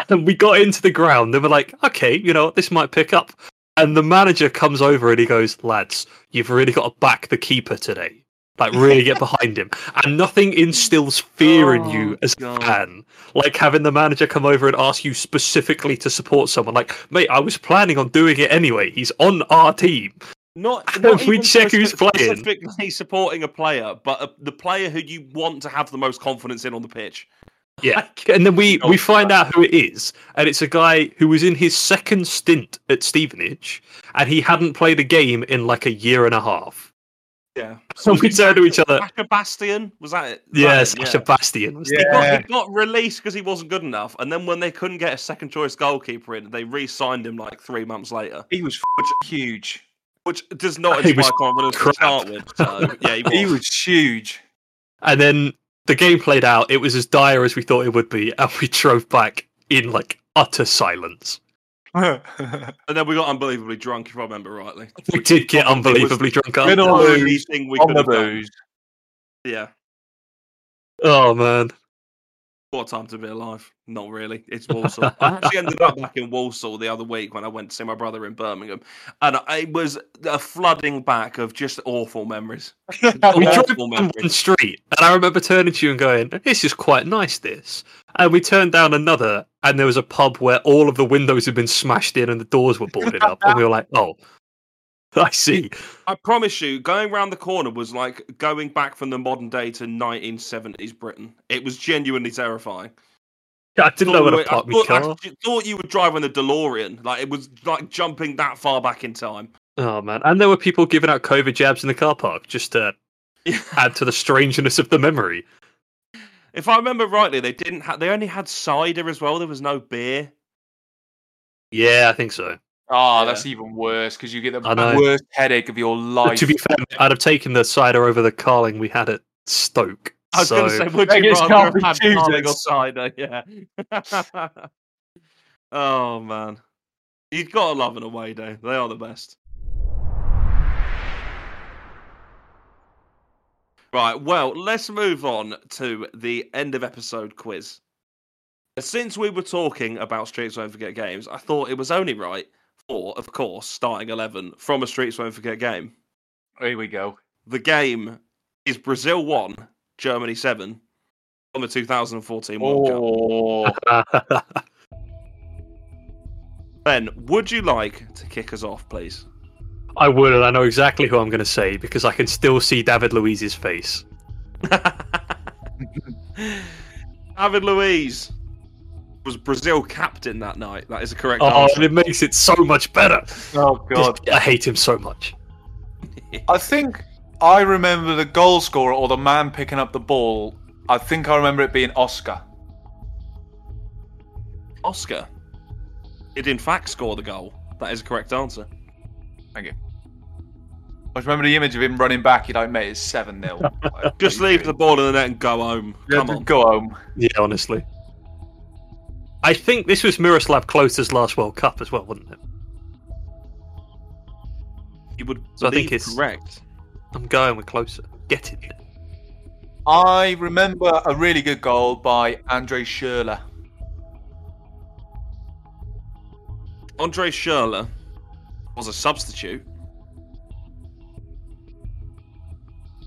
And we got into the ground and we're like, okay, you know, what, this might pick up. And the manager comes over and he goes, lads, you've really got to back the keeper today. Like, really get behind him. And nothing instills fear in you as a
God.
fan. Like, having the manager come over and ask you specifically to support someone. Like, mate, I was planning on doing it anyway. He's on our team.
Not,
And
not
we
even
check who's
speci-
playing.
Specifically supporting a player, but a, the player who you want to have the most confidence in on the pitch.
Yeah. And then we, we find out who it is. And it's a guy who was in his second stint at Stevenage and he hadn't played a game in like a year and a half.
Yeah.
So we turn to each other.
Sasha Bastian was that it? Was that
Yeah,
it?
Sasha Bastian was the-
He got,
Yeah.
he got released because he wasn't good enough, and then when they couldn't get a second choice goalkeeper in, they re-signed him like three months later,
He was huge.
which does not
He was
inspire confidence to
crap.
start with. So yeah, he was.
Oh.
He was huge.
And then the game played out. It was as dire as we thought it would be, and we drove back in like utter silence.
We're
and then we got unbelievably drunk, if I remember rightly. Um,
We did get unbelievably drunk. after.
gonna lose
Anything we
on
could
the
have done.
booze.
Yeah,
Oh man,
what a time to be alive? Not really. It's Walsall. I actually ended up back in Walsall the other week when I went to see my brother in Birmingham, and it was a flooding back of just awful memories.
we
Awful
drove down one
memories.
street, and I remember turning to you and going, "This is quite nice." This, and we turned down another, and there was a pub where all of the windows had been smashed in and the doors were boarded up, and we were like, "Oh, I see."
I promise you, going round the corner was like going back from the modern day to 1970s Britain. It was genuinely terrifying.
I didn't know
Thought
where
we-
to park my
thought, I
car.
ju- thought you were driving the DeLorean. Like it was like jumping that far back in time.
Oh man, and there were people giving out COVID jabs in the car park just to add to the strangeness of the memory.
If I remember rightly, they didn't. Ha- they only had cider as well. There was no beer.
Yeah, I think so.
Ah,
Yeah.
that's even worse because you get the
I know.
worst headache of your
But
life.
to be fair, I'd have taken the cider over the carling we had at Stoke.
I was
so
going to say, would
Vegas
you rather
can't
have
be
had garlic or
choosers.
cider? Yeah. oh man, you've got to love an away day. They are the best. Right. Well, let's move on to the end of episode quiz. Since we were talking about Streets Won't Forget games, I thought it was only right for, of course, starting eleven from a Streets Won't Forget game.
Here we go.
The game is Brazil 1, Germany 7 on the 2014 World Cup.
Oh,
Ben, would you like to kick us off, please?
I would, and I know exactly who I'm going to say because I can still see David Luiz's face.
David Luiz was Brazil captain that night. That is the correct
Oh,
answer.
and it makes it so much better.
oh God.
I hate him so much.
I think I remember the goal scorer or the man picking up the ball. I think I remember it being Oscar.
Oscar did, in fact, score the goal. That is the correct answer.
Thank you. I just remember the image of him running back. He like, mate, it's seven 0
Just leave the ball in the net and go home. Come on.
go home.
Yeah, honestly. I think this was Miroslav Klose's last World Cup as well, wasn't it?
You would
So I think
believe
it's-
correct.
I'm going with Klose. Get it.
I remember a really good goal by Andre Schürrle.
Andre Schurrle was a substitute.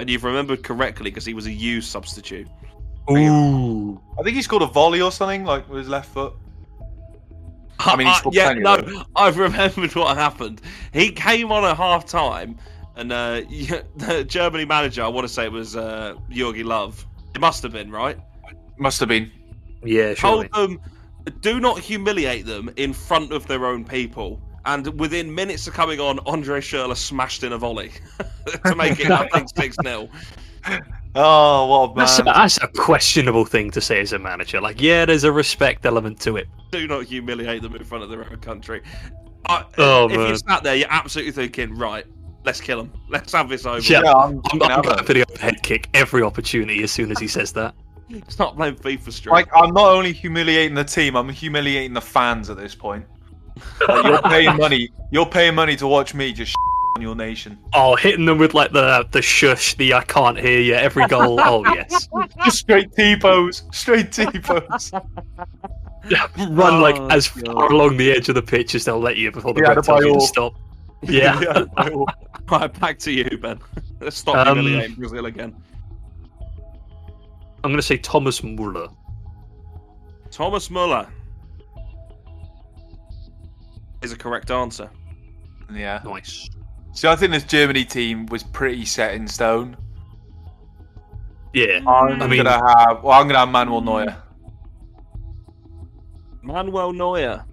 And you've remembered correctly because he was a used substitute.
Ooh.
I think he scored a volley or something like with his left foot. I mean, he
Uh,
scored
yeah,
plenty
no,
of them.
I've remembered what happened. He came on at half time, and uh, the Germany manager, I want to say it was uh, Jorgi Love. It must have been, right?
Must have been.
Yeah, surely.
Told them, do not humiliate them in front of their own people. And within minutes of coming on, Andre Schurler smashed in a volley to make it, I think, 6 0.
Oh, what a man.
That's a, that's a questionable thing to say as a manager. Like, yeah, there's a respect element to it.
Do not humiliate them in front of their own country. I,
Oh,
if you
man.
sat there, you're absolutely thinking, right, let's kill them. Let's have this over.
Yeah,
with.
I'm,
I'm, I'm going for the overhead kick every opportunity as soon as he says that.
Let's not blame FIFA straight.
Like, I'm not only humiliating the team, I'm humiliating the fans at this point. Like, you're paying money. You're paying money to watch me just on your nation.
Oh, hitting them with like the the shush, the I can't hear you, every goal. Oh yes,
Just straight T pose. Straight T pose.
run like
Oh,
Oh,
as far along the edge of the pitch as they'll let you before the
Yeah,
red
the
tells you to
ball.
stop. Yeah.
Right, back to you, Ben. Let's stop
Um,
humiliating Brazil again.
I'm going to say Thomas Muller.
Thomas Muller is a correct answer.
yeah.
Nice.
So I think this Germany team was pretty set in stone.
Yeah.
I'm
I mean- Mm.
gonna have. Well, I'm gonna have Manuel Neuer.
Manuel Neuer.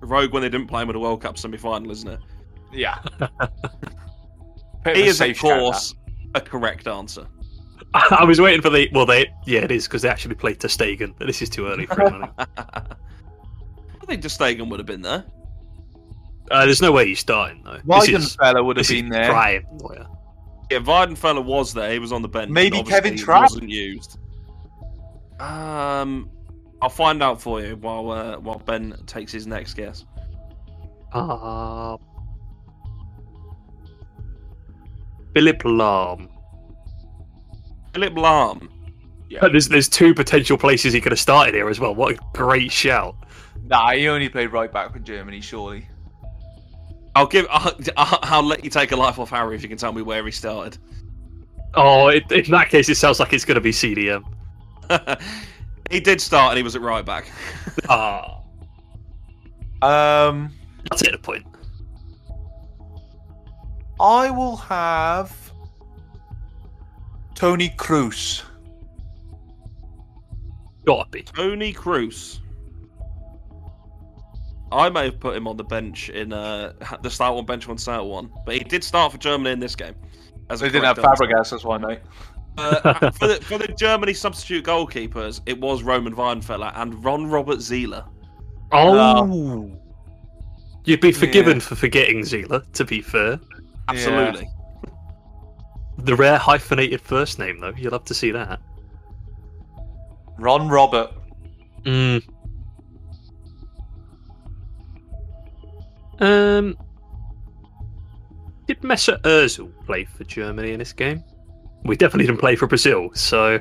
Rogue when they didn't play him at a World Cup semi final, isn't it?
Yeah. Bit
He
a
is, of
safe shout,
course, a correct answer.
I was waiting for the well, they yeah, it is because they actually played to Stegen. but This is too early for him. I think.
I think De Stegen would have been there.
Uh, there's no way he's starting though.
that.
this is,
Weidenfeller would have
this is
been there.
prime. Oh, yeah.
Yeah, Weidenfeller was there. He was on the bench.
Maybe
but obviously
Kevin
he
Trapp?
wasn't used. Um, I'll find out for you while uh, while Ben takes his next guess.
Ah. Philip Lahm.
Philip Lahm.
But There's there's two potential places he could have started here as well. What a great shout!
Nah, he only played right back for Germany, surely.
I'll give. I'll, I'll I'll let you take a life off Harry if you can tell me where he started.
Oh, it, in that case, it sounds like it's going to be CDM.
he did start, and he was at right back.
Ah,
Um,
that's it. The point.
I will have Tony Cruz.
Gotta be.
Tony Cruz. I may have put him on the bench in uh, the start one bench one start one, but he did start for Germany in this game. As a
They didn't have
correct answer.
Fabregas, that's why, mate.
Uh, for, the, for the Germany substitute goalkeepers, it was Roman Weinfeller and Ron Robert Zieler.
Oh, you'd be forgiven
Yeah.
for forgetting Zila. To be fair,
Absolutely.
the rare hyphenated first name though, you'll have to see that.
Ron Robert.
Mm. Um, did Messer Özil play for Germany in this game? We definitely didn't play for Brazil, so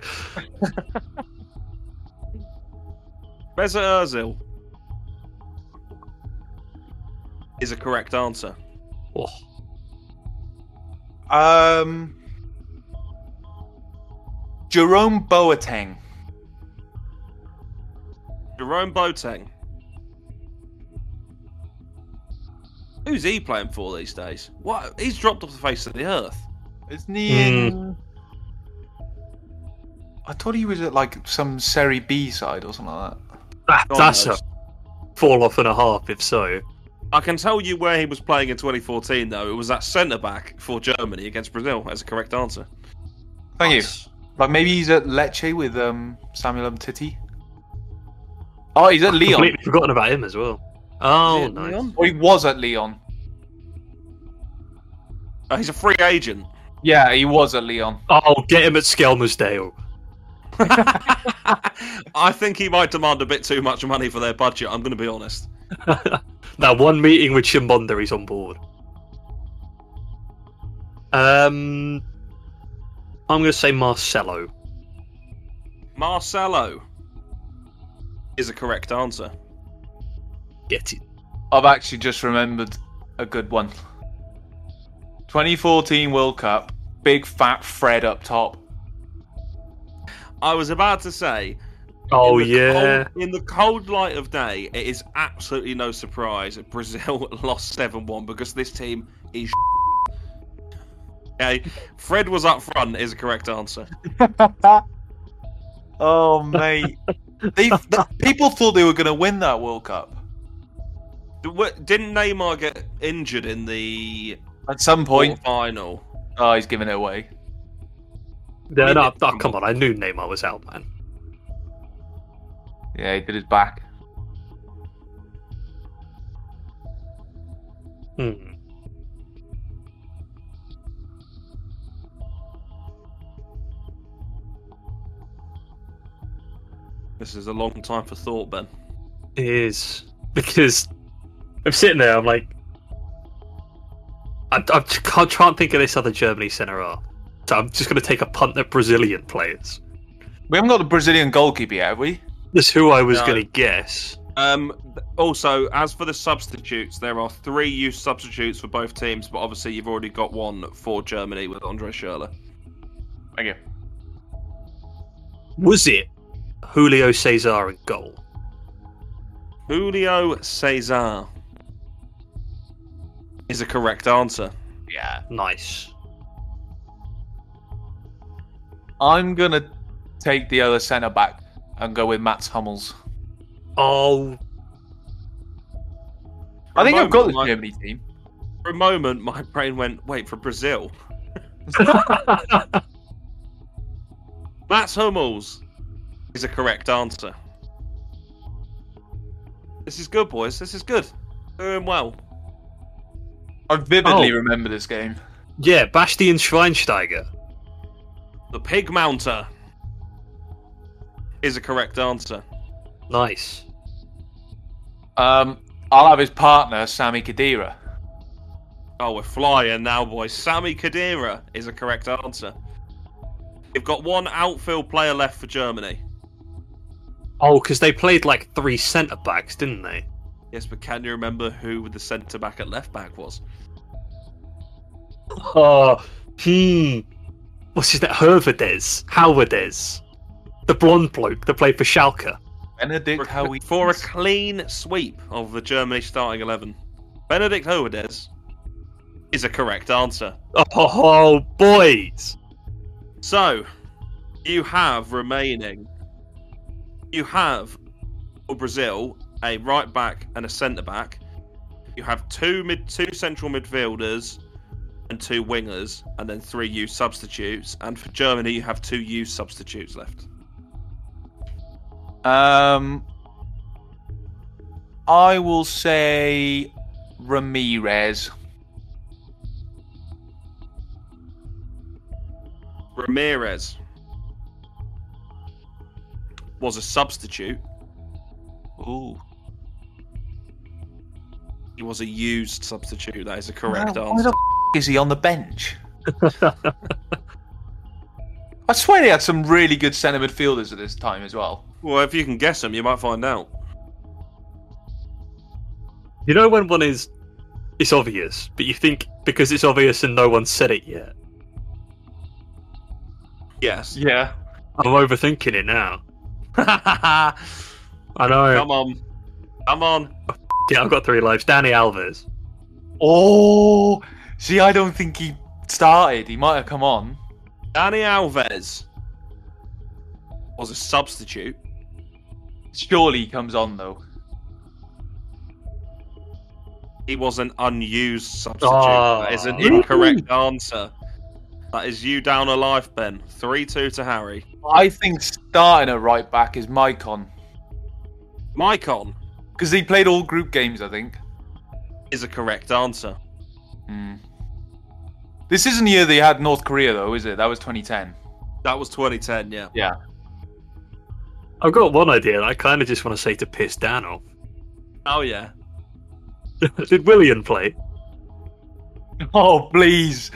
Reza Ozil is a correct answer.
oh,
Um, Jerome Boateng.
Jerome Boateng. Who's he playing for these days? What? He's dropped off the face of the earth.
Isn't he in? I thought he was at like some Serie B side or something like that.
that,
God
that's a
knows.
fall off and a half. If so,
I can tell you where he was playing in 2014, though. It was at centre back for Germany against Brazil, as a correct answer.
Thank you. Like maybe he's at Lecce with um, Samuel Umtiti. Oh, he's at Leon.
completely forgotten about him as well. Oh,
Is it
nice.
Leon?
or he was at Leon.
Uh, he's a free agent.
Yeah, he was at Leon.
Oh, get him at Skelmersdale.
I think he might demand a bit too much money for their budget, I'm going to be honest.
That one meeting with Shimbondo, he's on board. Um, I'm going to say Marcelo.
Marcelo is a correct answer.
Get it.
I've actually just remembered a good one. 2014 World Cup, big fat Fred up top.
I was about to say.
Oh
in the
yeah.
cold- in the cold light of day, it is absolutely no surprise that Brazil lost seven one because this team is. okay, Fred was up front is a correct answer.
Oh mate, they, th- people thought they were going to win that World Cup.
What- Didn't Neymar get injured in the
At some point,
final?
oh, he's giving it away.
No,
mean,
no,
it-
oh, come on. I knew Neymar was out, man.
Yeah, he did his back.
Hmm.
This is a long time for thought, Ben.
It is because I'm sitting there. I'm like, I, I can't try and think of this other Germany centre half. So I'm just going to take a punt at Brazilian players.
We haven't got a Brazilian goalkeeper yet, have we?
That's who I was
No.
going to guess.
Um, th- also, as for the substitutes, there are three used substitutes for both teams, but obviously you've already got one for Germany with Andre Schürrle.
Thank you.
Was it Julio Cesar in goal?
Julio Cesar is a correct answer.
Yeah.
Nice.
I'm gonna take the other centre back and go with Mats Hummels.
Oh,
I think I've got the
Like-
Germany team.
For a moment, my brain went, wait, for Brazil? Mats Hummels is a correct answer. This is good, boys. This is good. Doing well.
I vividly
Oh.
remember this game.
yeah, Bastian Schweinsteiger.
The pig mounter is a correct answer.
Nice.
Um, I'll have his partner, Sammy Kadira.
Oh, we're flying now, boys. Sammy Kadira is a correct answer. You've got one outfield player left for Germany.
Oh, because they played like three centre backs, didn't they?
Yes, but can you remember who the centre back at left back was?
Oh, hmm. What's his name? Hervades. Halverdes. The blonde bloke that played for Schalke.
Benedict
for,
how we
for a clean sweep of the Germany starting eleven. Benedict Hoedes is a correct answer.
Oh, boys.
So you have remaining you have for Brazil a right back and a centre back. You have two mid two central midfielders and two wingers and then three U substitutes and for Germany you have two U substitutes left.
Um, I will say Ramirez.
Ramirez was a substitute
Ooh,
He was a used substitute. That is a correct
Why
answer.
the f- is he on the bench? I swear they had some really good centre midfielders at this time as well.
Well, if you can guess them, you might find out.
You know when one is it's obvious, but you think because it's obvious and no one said it yet.
Yes.
Yeah.
I'm overthinking it now. I know.
Come on. Come on.
Yeah, I've got three lives. Danny Alves.
Oh, see, I don't think he started. He might have come on.
Danny Alves was a substitute.
Surely he comes on though.
He was an unused substitute.
Oh.
that is an incorrect answer. That is you down a life, Ben. 3 2 to Harry.
I think starting at right back is Mycon
Mycon
because he played all group games. I think.
is a correct answer.
Mm. This isn't the year they had North Korea, though, is it? That was 2010.
That was 2010, yeah.
Yeah.
I've got one idea and I kind of just want to say to piss Dan off.
Oh, yeah.
Did Willian play?
Oh, please.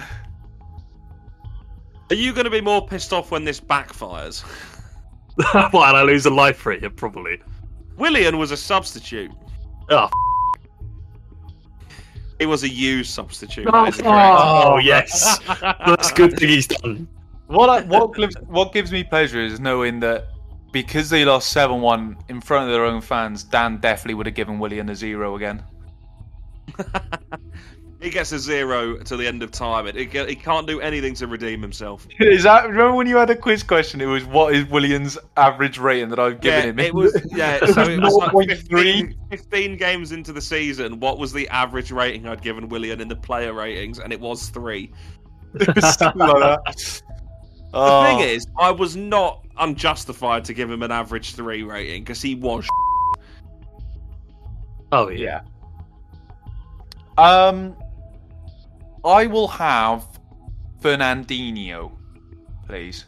Are you going to be more pissed off when this backfires?
Why well, I lose a life for it? Yeah, probably.
Willian was a substitute.
Oh, f-
It was a U substitute.
Oh,
that is correct.
oh, yes. That's good thing he's done.
What I, what gives, what gives me pleasure is knowing that because they lost 7 1 in front of their own fans, Dan definitely would have given Willian a zero again.
He gets a zero to the end of time. It, it, he can't do anything to redeem himself.
Is that remember when you had a quiz question? It was what is Williams' average rating that I've given him?
yeah, it was yeah. So it was like 15,
0.3.
15 games into the season. What was the average rating I'd given Willian in the player ratings? And it was three.
Something like that.
The
Oh,
thing is, I was not unjustified to give him an average three rating because he was.
Oh
yeah.
yeah.
Um, I will have Fernandinho, please.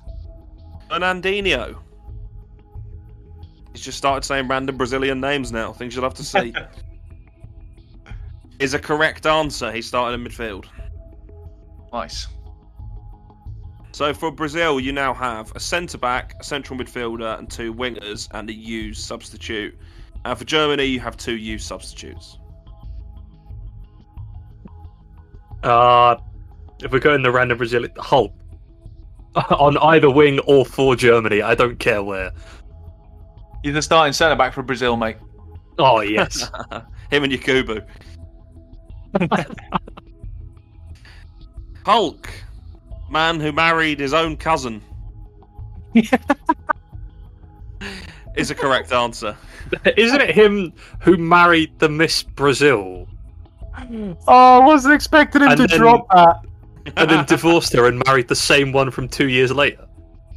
Fernandinho. He's just started saying random Brazilian names now. Things you'll have to see. Is a correct answer. He started in midfield.
Nice.
So for Brazil, you now have a centre back, a central midfielder, and two wingers, and a U substitute. And for Germany, you have two U substitutes.
Uh, if we go in the random Brazilian Hulk on either wing or for Germany, I don't care where.
He's the starting centre back for Brazil, mate.
Oh yes,
Him and Yakubu. Hulk, man who married his own cousin. is a correct answer.
isn't it him who married the Miss Brazil
Oh, I wasn't expecting him
And
to
then-
drop that.
and then divorced her and married the same one from two years later?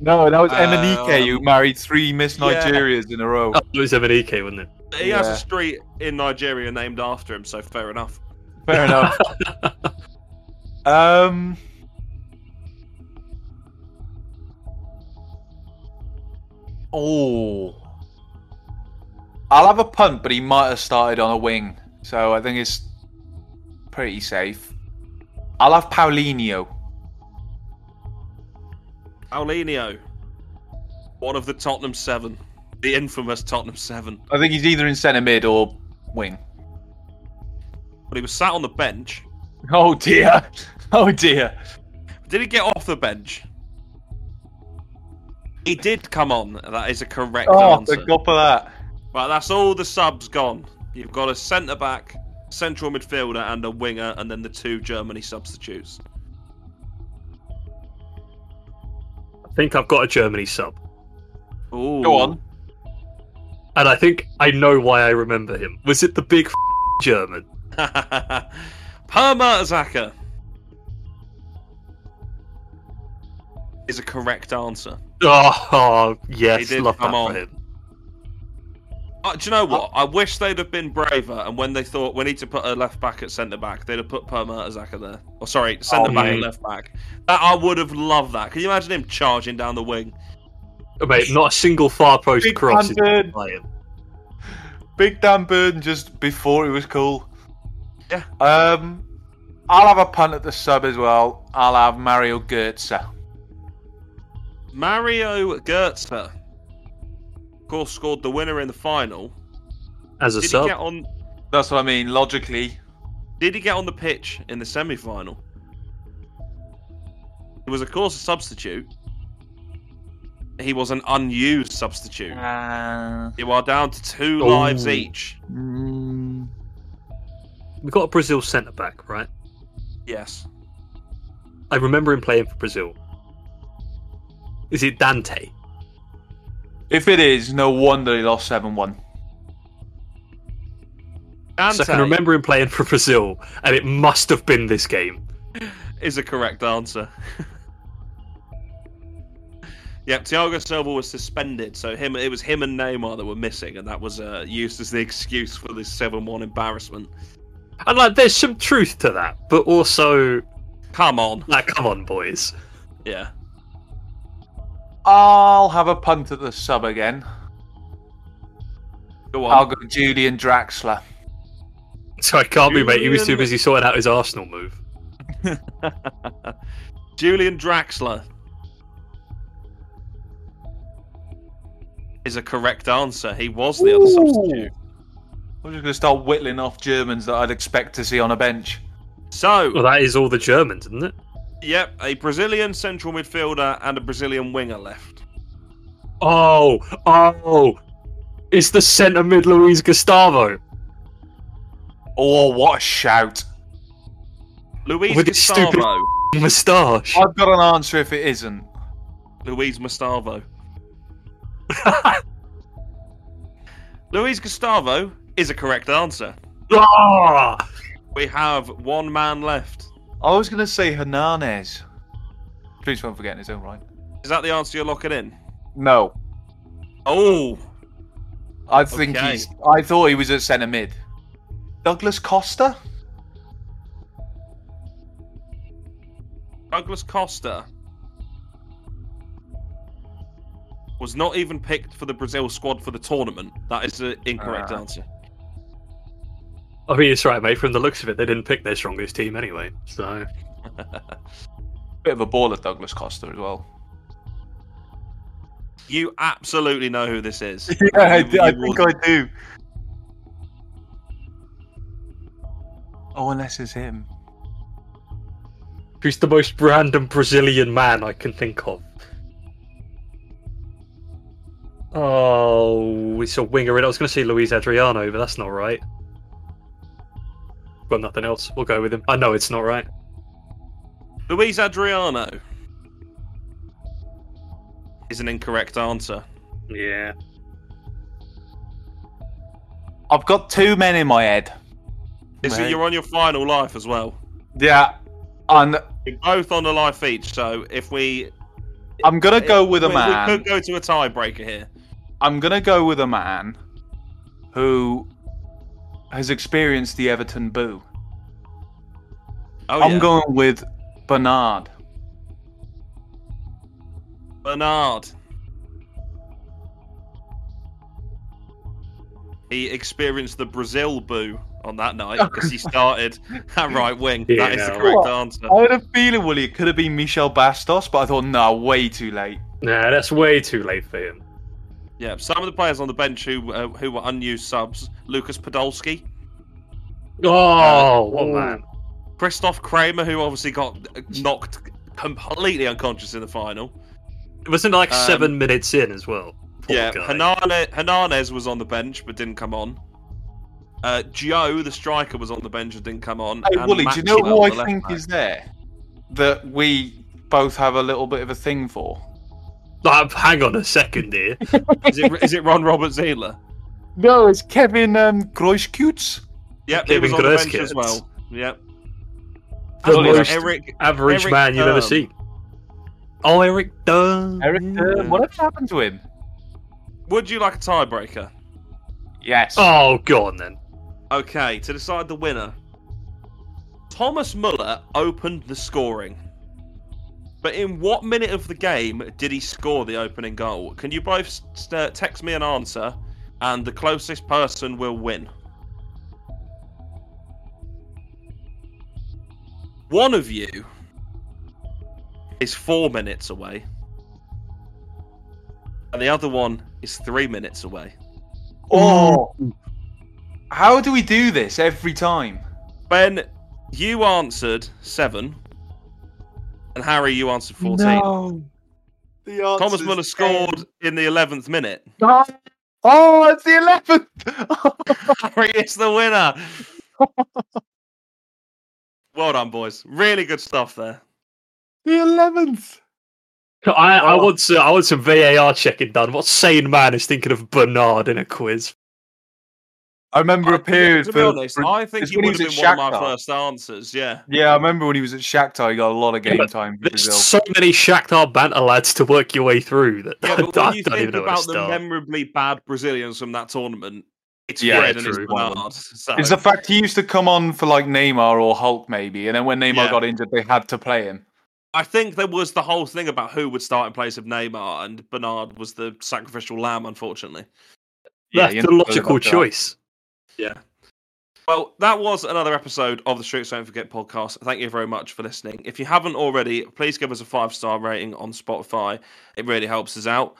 No, that was
Uh,
Emenike who married three Miss
yeah.
Nigerias in a row.
Oh, it was Emenike, wasn't it?
He has
Yeah.
a street in Nigeria named after him, so fair enough.
Fair enough. um. Oh. I'll have a punt, but he might have started on a wing, so I think it's pretty safe. I'll have Paulinho.
Paulinho, one of the Tottenham Seven, the infamous Tottenham Seven.
I think he's either in centre mid or wing.
But he was sat on the bench.
Oh dear. Oh dear.
Did he get off the bench? He did come on. That is a correct
Oh,
answer.
the gulp of that.
Right, that's all the subs gone. You've got a centre back, central midfielder, and a winger, and then the two Germany substitutes.
I think I've got a Germany sub,
Ooh.
Go on.
and I think I know why I remember him. Was it the big German?
per Mertesacker is a correct answer.
Oh, oh, yes,
He did
love that
come
for
on.
him.
Uh, do you know what? I wish they'd have been braver, and when they thought we need to put a left back at centre back, they'd have put Per Mertesacker there. Or sorry, centre back and
mate.
left back. That I would have loved that. Can you imagine him charging down the wing?
Mate, not a single far post
Big
cross. is
Hampton.
playing.
Big Dan Burden just before it was cool.
Yeah.
Um, I'll have a punt at the sub as well. I'll have Mario Goetze.
Mario Goetze, of course, scored the winner in the final.
As a
Did
sub,
he get on?
That's what I mean. Logically,
Did he get on the pitch in the semi-final? He was, of course, a substitute. He was an unused substitute.
uh,
You are down to two
Ah. Ooh.
lives each.
we've got a Brazil centre back, right?
Yes.
I remember him playing for Brazil. Is it Dante?
if it is, no wonder he lost seven-one.
Dante
So I can remember him playing for Brazil, and it must have been this game.
is a correct answer. yep, Thiago Silva was suspended, so him it was him and Neymar that were missing, and that was uh, used as the excuse for this seven-one embarrassment.
And like, there's some truth to that, but also,
Come on,
like, come on, boys.
yeah.
I'll have a punt at the sub again.
Go
I'll
on.
go Julian Draxler.
So I can't be, mate. He was too busy sorting out his Arsenal move.
Julian Draxler is a correct answer. He was the other substitute.
I'm just going to start whittling off Germans that I'd expect to see on a bench.
So,
Well, that is all the Germans, isn't it?
yep, a Brazilian central midfielder and a Brazilian winger left.
Oh, oh. It's the centre mid Luis Gustavo.
Oh, what a shout!
Luis
With his stupid-
Gustavo.
Moustache.
I've got an answer if it isn't.
Luis Gustavo. Luis Gustavo is a correct answer.
Ah!
We have one man left.
I was going to say Hernandez. Please don't forget in his own right.
Is that the answer you're locking in?
No.
Oh,
I think
Okay.
he's. I thought he was at centre mid. Douglas Costa?
Douglas Costa was not even picked for the Brazil squad for the tournament. That is the incorrect
Ah.
answer.
I mean, it's right, mate. From the looks of it, they didn't pick their strongest team anyway. So
Bit of a baller, Douglas Costa, as well.
You absolutely know who this is. You- you would-
I do. Oh, unless it's him.
who's the most random Brazilian man I can think of? Oh, it's a winger. and I was going to say Luis Adriano, but that's not right. Got nothing else. We'll go with him. I know it's not right.
Luis Adriano is an incorrect answer.
Yeah.
I've got two men in my head.
Is
Mate.
you're on your final life as well.
Yeah. And
You're both on a life each, so if we
I'm going to go with a
we-
man.
we could go to a tiebreaker here.
I'm gonna go with a man who has experienced the Everton boo.
Oh
I'm
yeah.
going with Bernard.
Bernard. He experienced the Brazil boo on that night because he started at right wing.
Yeah,
that is the
no.
correct
What?
answer.
I had a feeling, Willie, it could have been Michel Bastos, but I thought, nah, way too late.
Nah, that's way too late for him.
Yeah, some of the players on the bench who uh, who were unused subs: Lucas Podolski,
Oh,
Uh,
what
ooh.
man?
Christoph Kramer, who obviously got knocked completely unconscious in the final.
It wasn't like
Um,
seven minutes in as well. Poor
yeah,
guy.
Hernane- Hernandez was on the bench but didn't come on. Uh, Joe, the striker, was on the bench and didn't come on.
Hey,
and
Willie, do you know
Maxwell,
who I
the left
think
back.
is there? That we both have a little bit of a thing for.
Like, hang on a second here.
Is it, is it Ron Robert Zieler?
No, it's Kevin um, Greuschkutz.
Yep, he was on
Kevin
the bench
Grosskits.
as well. Yep.
The
And
most
Eric,
average
Eric
man you've ever
Durm.
seen. Oh, Eric Dunn.
Eric, uh, whatever happened to him?
would you like a tiebreaker?
Yes.
Oh, go on then.
Okay, to decide the winner, Thomas Muller opened the scoring. But in what minute of the game did he score the opening goal? Can you both s- s- text me an answer, and the closest person will win? One of you is four minutes away, and the other one is three minutes away.
oh. How do we do this every time?
Ben, you answered seven, and Harry, you answered fourteen.
The
Thomas
answer's
Muller scored in the eleventh minute.
Oh, it's the eleventh.
Harry is the winner. well done, boys. Really good stuff there.
the eleventh.
I,
Oh.
I want to, I want some VAR checking done. What sane man is thinking of Bernard in a quiz?
I remember a period
to be
for.
honest,
for-
I think
it's
he
when
would have
was
been
at
one of my
Shakhtar.
first answers. Yeah.
Yeah, I remember when he was at Shakhtar, he got a lot of game
but
time for
There's
Brazil.
so many Shakhtar banter lads to work your way through that
Yeah, but
I
when you
don't even
think
know where to
about the
start.
memorably bad Brazilians from that tournament, it's
Yeah,
Fred and it's
true.
Bernard. So.
It's the fact he used to come on for like Neymar or Hulk maybe, and then when Neymar
Yeah.
got injured, they had to play him.
I think there was the whole thing about who would start in place of Neymar, and Bernard was the sacrificial lamb, unfortunately.
That's
you
a
know, uh,
logical
after that.
choice.
Well, that was another episode of the Streets Don't Forget podcast. Thank you very much for listening. If you haven't already, please give us a five star rating on Spotify. It really helps us out.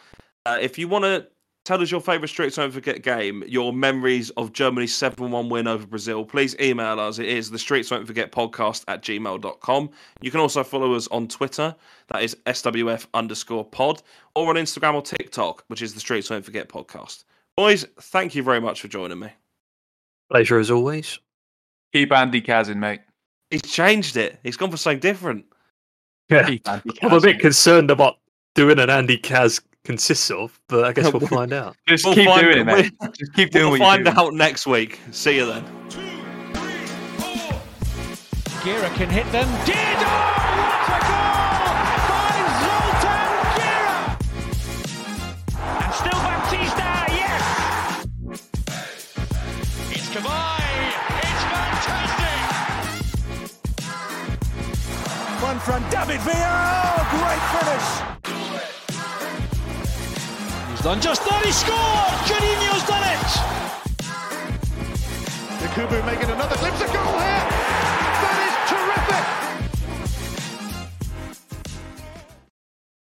Uh, if you want to tell us your favourite Streets Don't Forget game, your memories of Germany's 7 1 win over Brazil, please email us. It is the Streets Don't Forget podcast at gmail.com. You can also follow us on Twitter, that is SWF underscore pod, or on Instagram or TikTok, which is the Streets Don't Forget podcast. Boys, thank you very much for joining me.
Pleasure as always.
Keep Andy Kaz in, mate.
He's changed it. He's gone for something different.
Yeah.
Andy
I'm a bit
Kaz.
concerned about doing an Andy Kaz consists of, but I guess we'll find out.
Just
We'll
keep
find-
doing it, mate. Just keep doing
We'll
what you're
find
doing.
out next week. See you then.
Gira can hit them.
Didor, what a goal by Zoltan Gira! And still Baptista, yes! It's Kavai! It's fantastic!
One from David Villa. Oh, great finish.
He's done just that. He scored. Juninho's done it.
Yakubu making another glimpse of goal here.